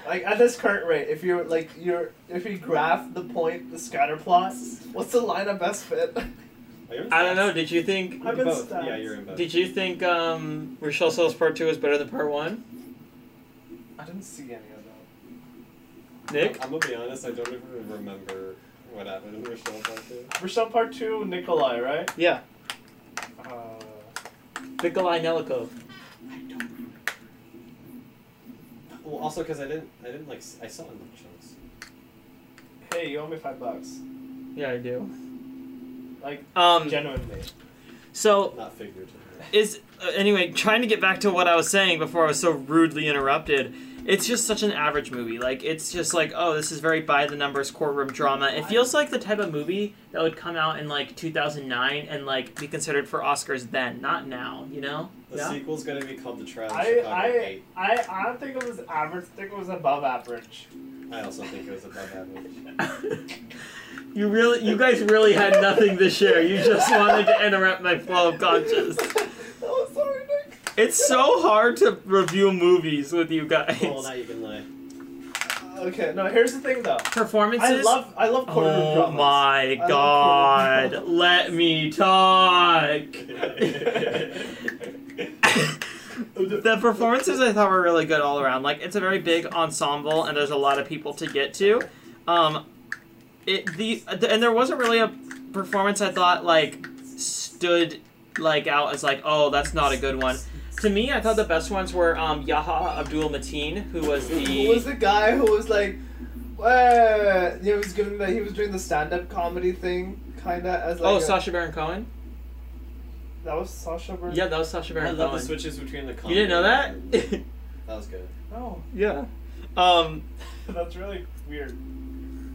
Like at this current rate, if you're like you're if you graph the point, the scatter plot, what's the line of best fit? Are you in I don't know. stats? Did you think? I'm You're in both. stats. Yeah, you're in both. Did you think um, Rochelle Sells Part Two was better than Part One? I didn't see any of that. Nick, I'm gonna be honest. I don't even remember what happened in Rochelle Part Two. Rochelle Part Two, Nikolai, right? yeah, Uh, Nikolai Nelikov. Well, also because I didn't, I didn't like, s- I saw enough chunks. Hey, you owe me five bucks. Yeah, I do. Like, Um, genuinely. so Not figuratively. is uh, anyway trying to get back to what I was saying before I was so rudely interrupted. It's just such an average movie. Like it's just like oh this is very by the numbers courtroom drama. It feels like the type of movie that would come out in like 2009 and like be considered for Oscars then, not now. You know? The yeah. sequel's gonna be called The Trial of I, Chicago I, Eight. I, I don't think it was average. I think it was above average. I also think it was above average. You really, you guys really had Oh, nothing to share. You just wanted to interrupt my flow of conscious. oh, sorry, Nick. It's so hard to review movies with you guys. Well, now you can lie. Okay, no. Here's the thing, though. Performances. I love I love courtroom oh dramas. my love god! Let me talk. the performances I thought were really good all around. Like it's a very big ensemble, and there's a lot of people to get to. Um, it the and there wasn't really a performance I thought like stood like out as like oh that's not a good one. To me, I thought the best ones were um, Yaha Abdul Mateen, who was the Who was the guy who was like, uh, you know, he was giving the he was doing the stand up comedy thing, kind of as like. uh, oh a- Sasha Baron Cohen. That was Sasha. Baron- Yeah, that was Sasha Baron I love the Cohen. switches between the. You didn't know that? comedy and- That was good. No, yeah. Um, that's really weird.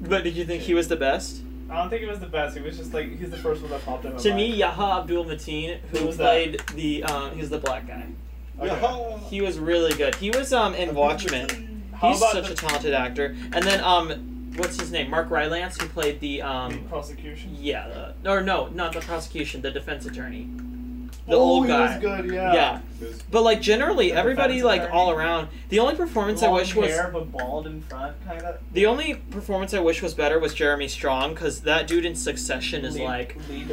but did you think he was the best? I don't think it was the best. It was just like he's the first one that popped in. my To mind. me, Yaha Abdul Mateen, who, Who was that? played the um, he was the black guy. Okay. He was really good. He was um in Watchmen. How He's about such the- a talented actor. And then um, what's his name? Mark Rylance, who played the um, prosecution. yeah, the, or no, not the prosecution, the defense attorney, the oh, old he guy. was good. Yeah. Yeah. But like generally, The everybody defense like attorney. all around. The only performance Long I wish was hair, but bald in front, kind of. the only performance I wish was better was Jeremy Strong because that dude in Succession is lead, like lead.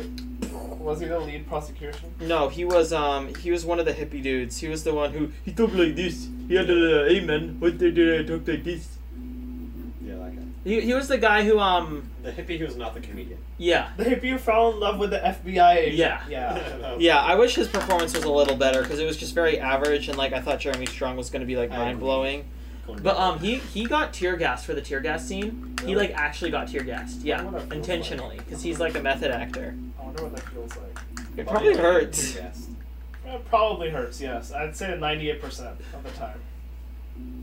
Was he the lead prosecution? no, he was um he was one of the hippie dudes. He was the one who he talked like this. He had a uh, amen. What they did, I talked like this. Yeah, that guy. He, he was the guy who um The hippie who was not the comedian. yeah The hippie who fell in love with the FBI agent. Yeah. Yeah. yeah I wish his performance was a little better because it was just very average and like I thought Jeremy Strong was gonna be like I agree. mind blowing. But um he he got tear gassed for the tear gas scene. He Really? like actually got tear gassed. I Yeah, wonder what that feels intentionally because he's like a method actor. I wonder what that feels like. It probably hurts. It probably hurts, yes. I'd say 98% of the time.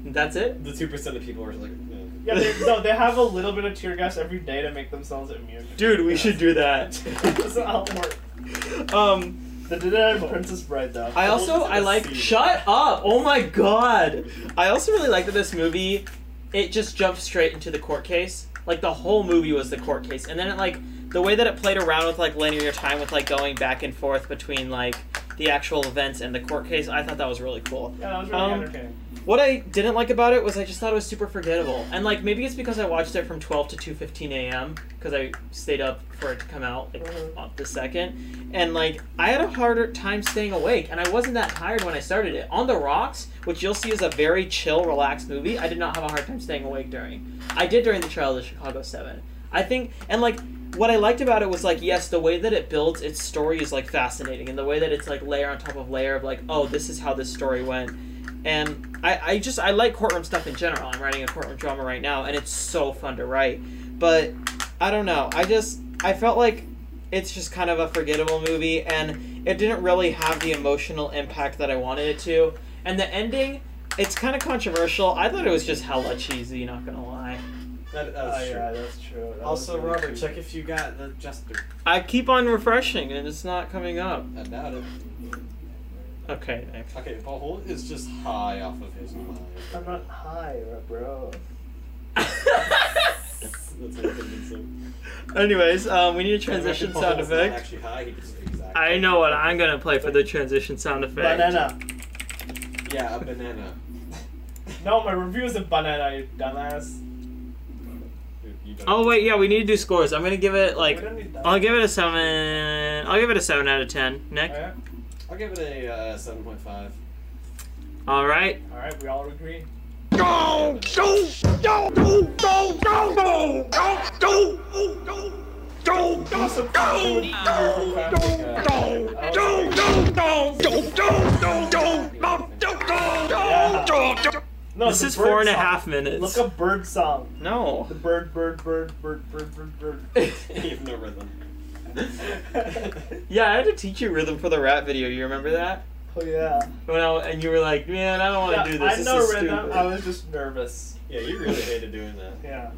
That's it. The two percent of people were like. eh. Yeah, they, no, they have a little bit of tear gas every day to make themselves immune. Dude, we should do that. That's not how it works. Um, They did it in Princess Bride, though. I also I like shut up. Oh my god. I also really like that this movie it just jumped straight into the court case. Like the whole movie was the court case, and then it like the way that it played around with like linear time with like going back and forth between like the actual events and the court case. I thought that was really cool. Yeah, that was really Um, entertaining. What I didn't like about it was I just thought it was super forgettable. And like maybe it's because I watched it from 12 to 2:15 a.m. because I stayed up for it to come out like Mhm. on the second. And like I had a harder time staying awake, and I wasn't that tired when I started it. On the Rocks, which you'll see is a very chill, relaxed movie, I did not have a hard time staying awake during. I did during the trial of the Chicago Seven. I think, and like what I liked about it was like, yes, the way that it builds its story is like fascinating, and the way that it's like layer on top of layer of like, oh, this is how this story went, and I, I just I like courtroom stuff in general. I'm writing a courtroom drama right now, and it's so fun to write, but I don't know. I just I felt like it's just kind of a forgettable movie, and it didn't really have the emotional impact that I wanted it to, and the ending. It's kind of controversial. I thought it was just hella cheesy, not gonna lie. That, that was Oh, true. yeah, that's true. That was Also, really Robert, cute. check if you got the Jester. I keep on refreshing and it's not coming up. I doubt it. Okay, Nick. Okay, Paul is just high off of his mind. I'm not high, bro. That's unconvincing. Anyways, um, we need a transition Actually, Paul sound Hall's not effect. Actually high, he just exactly. I know what I'm gonna play for the transition sound effect. Banana. Yeah, a banana. No, my review is a banana, you dumbass. You- you don't- Oh wait, yeah, we need to do scores. I'm gonna give it we like don't need that. I'll give it a seven. I'll give it a seven out of ten. Nick. Alright, I'll give it a uh, seven point five. All right. alright, we all agree. Go, Oh, Oh, No, This the is bird four and a song. half Look minutes. up bird song. No. The bird, bird, bird, bird, bird, bird, bird. you have no rhythm. Yeah, I had to teach you rhythm for the rap video. You remember that? oh yeah. When I, and you were like, man, I don't want to Yeah, do this. I this know is rhythm. stupid. I was just nervous. Yeah, you really hated doing that. Yeah.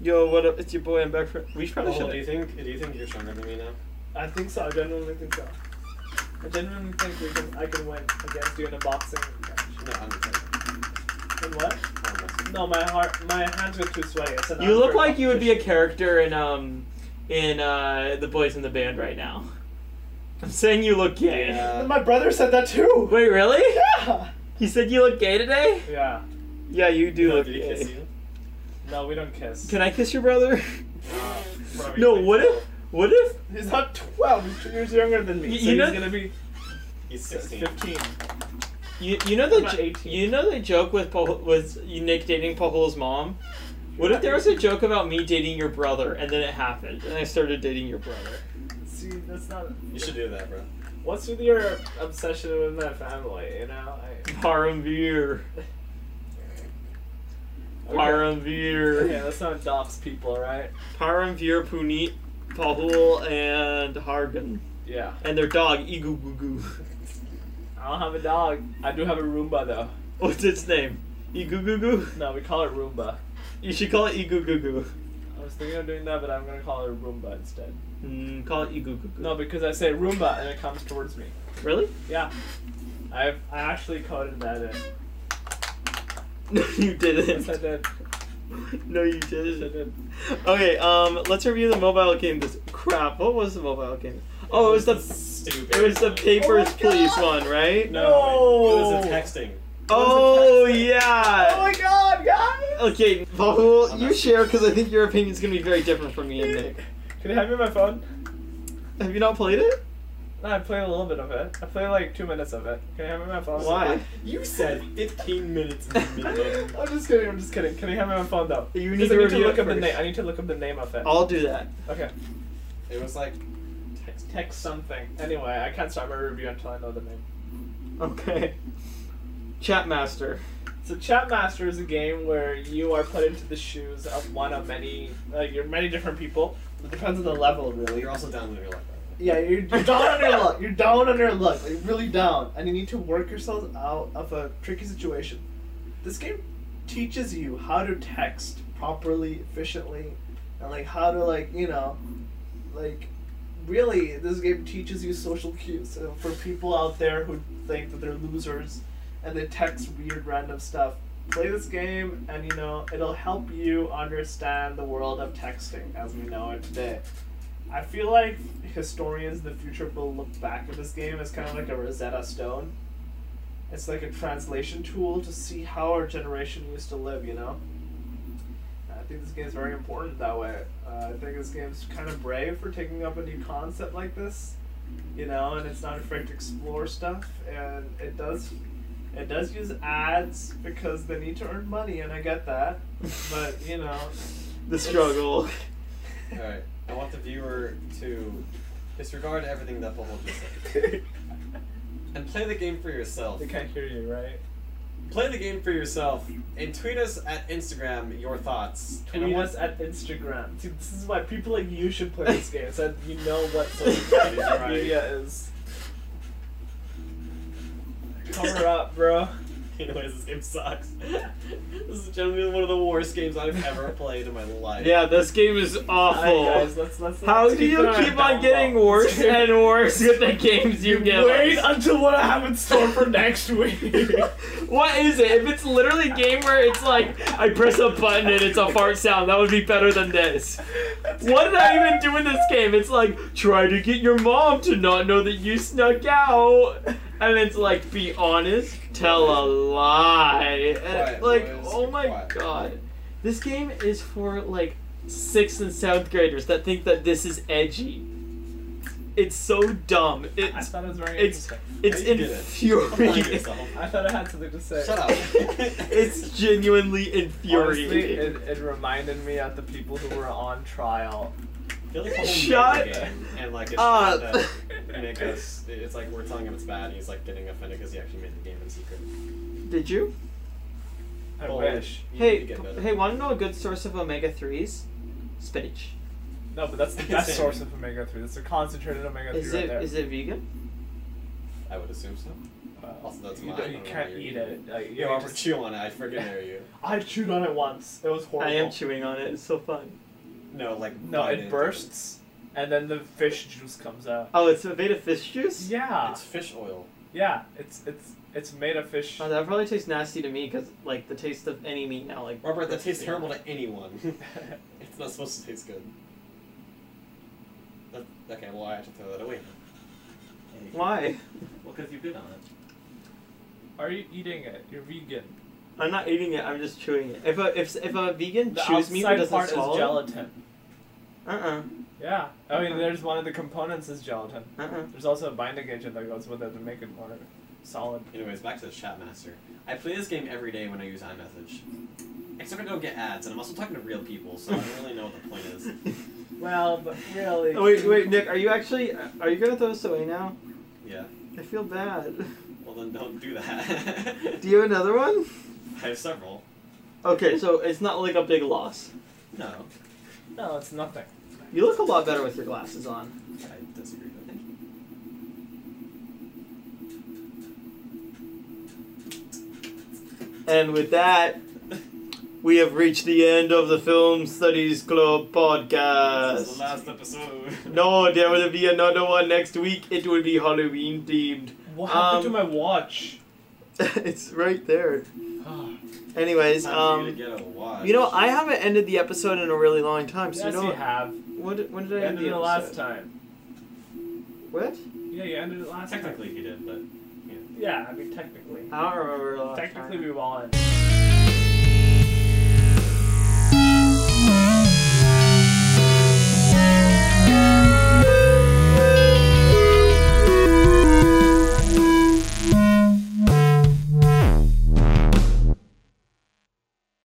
Yo, what up? It's your boy. I'm back for. We should probably Paul, do you should. think do you think you're stronger than me now? I think so. I genuinely think so. I genuinely think we can. I can win against you in a boxing match. No, I'm not. In what? I'm not. No, my heart, my hands are too sweaty. I said You look like you would be a character in um in uh the boys in the band right now. I'm saying you look gay. Uh, My brother said that too. Wait, really? Yeah. He said you look gay today? Yeah. Yeah, you do look Did he kiss you? No, we don't kiss. Can I kiss your brother? Probably no, like- what if? What if? He's not 12. He's two years younger than me. You- So you know- he's gonna be He's 16. 15. You, you know the About jo- 18. you know the joke with Pahul, was you Nick dating Pahul's mom. What if there was a joke about me dating your brother and then it happened and I started dating your brother? See, that's not. You should do that, bro. What's with your obsession with my family? You know, I. Paramvir, Paramvir, Yeah, that's not adopts people, right? Paramvir, Puneet, Pahul, and Hargan, Yeah. and their dog Igoo Goo Goo. I don't have a dog. I do have a Roomba though. What's its name? Igoo Goo Goo. No, we call it Roomba. You should call it Igoo Goo Goo. I was thinking of doing that, but I'm gonna call it a Roomba instead. Mm, call it Igoo Goo Goo. No, because I say Roomba and it comes towards me. really? Yeah. I've I actually coded that in. No, you Yes, I didn't. did. No, you Yes, I didn't. did. Okay, um, let's review the mobile game. This crap. What was the mobile game? Oh, it was the Stupid. it was the Papers Oh my Please God. one, right? No. It was a texting. Oh Oh yeah. my god, guys! Okay, Bahul, you share because I think your opinion's gonna be very different from me and Nick. Can you hand me my phone? Have you not played it? No, I played a little bit of it. I played like two minutes of it. Can you hand me my phone? Why? You said 15 minutes in the middle. I'm just kidding. I'm just kidding. Can you hand me my phone though? You 'Cause need to I need to review look it up the first. name. I need to look up the name of it. I'll do that. Okay. It was like Text, text something. Anyway, I can't start my review until I know the name. Okay. Chatmaster. So Chatmaster is a game where you are put into the shoes of one of many, uh, like you're many different people. It depends on the level, really. You're also down in your life. by Yeah, you're, you're down on your luck. You're down on your luck. Like, really down. And you need to work yourself out of a tricky situation. This game teaches you how to text properly, efficiently, and like how to like, you know, like really this game teaches you social cues. So for people out there who think that they're losers and they text weird random stuff, play this game and you know, it'll help you understand the world of texting as we know it today. I feel like historians in the future will look back at this game as kind of like a Rosetta Stone. It's like a translation tool to see how our generation used to live, you know? I think this game's very important that way. Uh, I think this game's kind of brave for taking up a new concept like this, you know, and it's not afraid to explore stuff. And it does, it does use ads because they need to earn money, and I get that. But you know, The struggle. now. Alright, I want the viewer to disregard everything that Bubble just said. And play the game for yourself. they can't hear you, right? Play the game for yourself and tweet us at Instagram your thoughts. And I Tweet want- us at Instagram. See, this is why people like you should play this game, so that you know what social Right. media is. Cover up, bro. Anyways, this game sucks. this is generally one of the worst games I've ever played in my life. Yeah, this game is awful. Alright, guys, let's, let's, How let's do you it a keep on down getting low. worse and worse with the games you give Wait us? until what I have in store for next week. What is it? If it's literally a game where it's like I press a button and it's a fart sound, that would be better than this. What did I even do in this game? It's like try to get your mom to not know that you snuck out, and it's like be honest, tell a lie, and Quiet, it's like boys. oh my Quiet. god, this game is for like sixth and seventh graders that think that this is edgy. It's so dumb. I It's thought it was very It's- interesting. it's How you did it? Play infuriating. yourself. I thought I had something to say. Shut up. It's genuinely Honestly, infuriating. it, it reminded me of the people who were on trial. I feel like Bubble made Shut the game, and like it's up. trying to make us. It's like we're telling him it's bad, and he's like getting offended because he actually made the game in secret. Did you? I Bubble, wish. you need Hey, to get better. hey, want to know a good source of omega threes? Spinach. No, but that's the best source of omega three. That's a concentrated omega three Is right it there. is it vegan? I would assume so. Also, that's you, mine. don't- I you don't know can't why you're eat eating it. Like, you You know, are chew on it. I freaking dare you. I chewed on it once. It was horrible. I am chewing on it. It's so fun. No, like no, bite it bursts, and then the fish juice comes out. Oh, it's a beta fish juice. Yeah, It's fish oil. yeah. It's it's it's made of fish. Oh, that probably tastes nasty to me because like the taste of any meat now like. Robert, that grosses tastes me terrible out. to anyone. it's not supposed to taste good. That, okay, well I have to throw that away. Why? Well, because you bid on it. Are you eating it? You're vegan. I'm not eating it. I'm just chewing it. If a if if a vegan The chews meat but outside doesn't part swallow, is gelatin. uh Yeah, I mean, there's one of the components is gelatin. uh-uh, uh There's also a binding agent that goes with it to make it more solid. Anyways, back to the chat master. I play this game every day when I use iMessage. Except I don't get ads, and I'm also talking to real people, so I don't really know what the point is. Well, but really. Oh, wait wait Nick, are you actually are you gonna throw this away now? Yeah. I feel bad. Well, then don't do that. Do you have another one? I have several. Okay, so it's not like a big loss. No, No, it's nothing. You look a lot better with your glasses on. I disagree. But thank you. And with that, we have reached the end of the Film Studies Club this is the podcast. last episode. No, there will be another one next week. It will be Halloween themed. What happened Um, to my watch? it's right there. Anyways, Time for um, you to get a watch. you know, I haven't ended the episode in a really long time, so yes, you know you have. What did, when You did I end ended the it episode? last time. What? Yeah, you ended it last time. technically he did, but Yeah, I mean, technically. I don't remember. the Last Technically, time. we've all ended.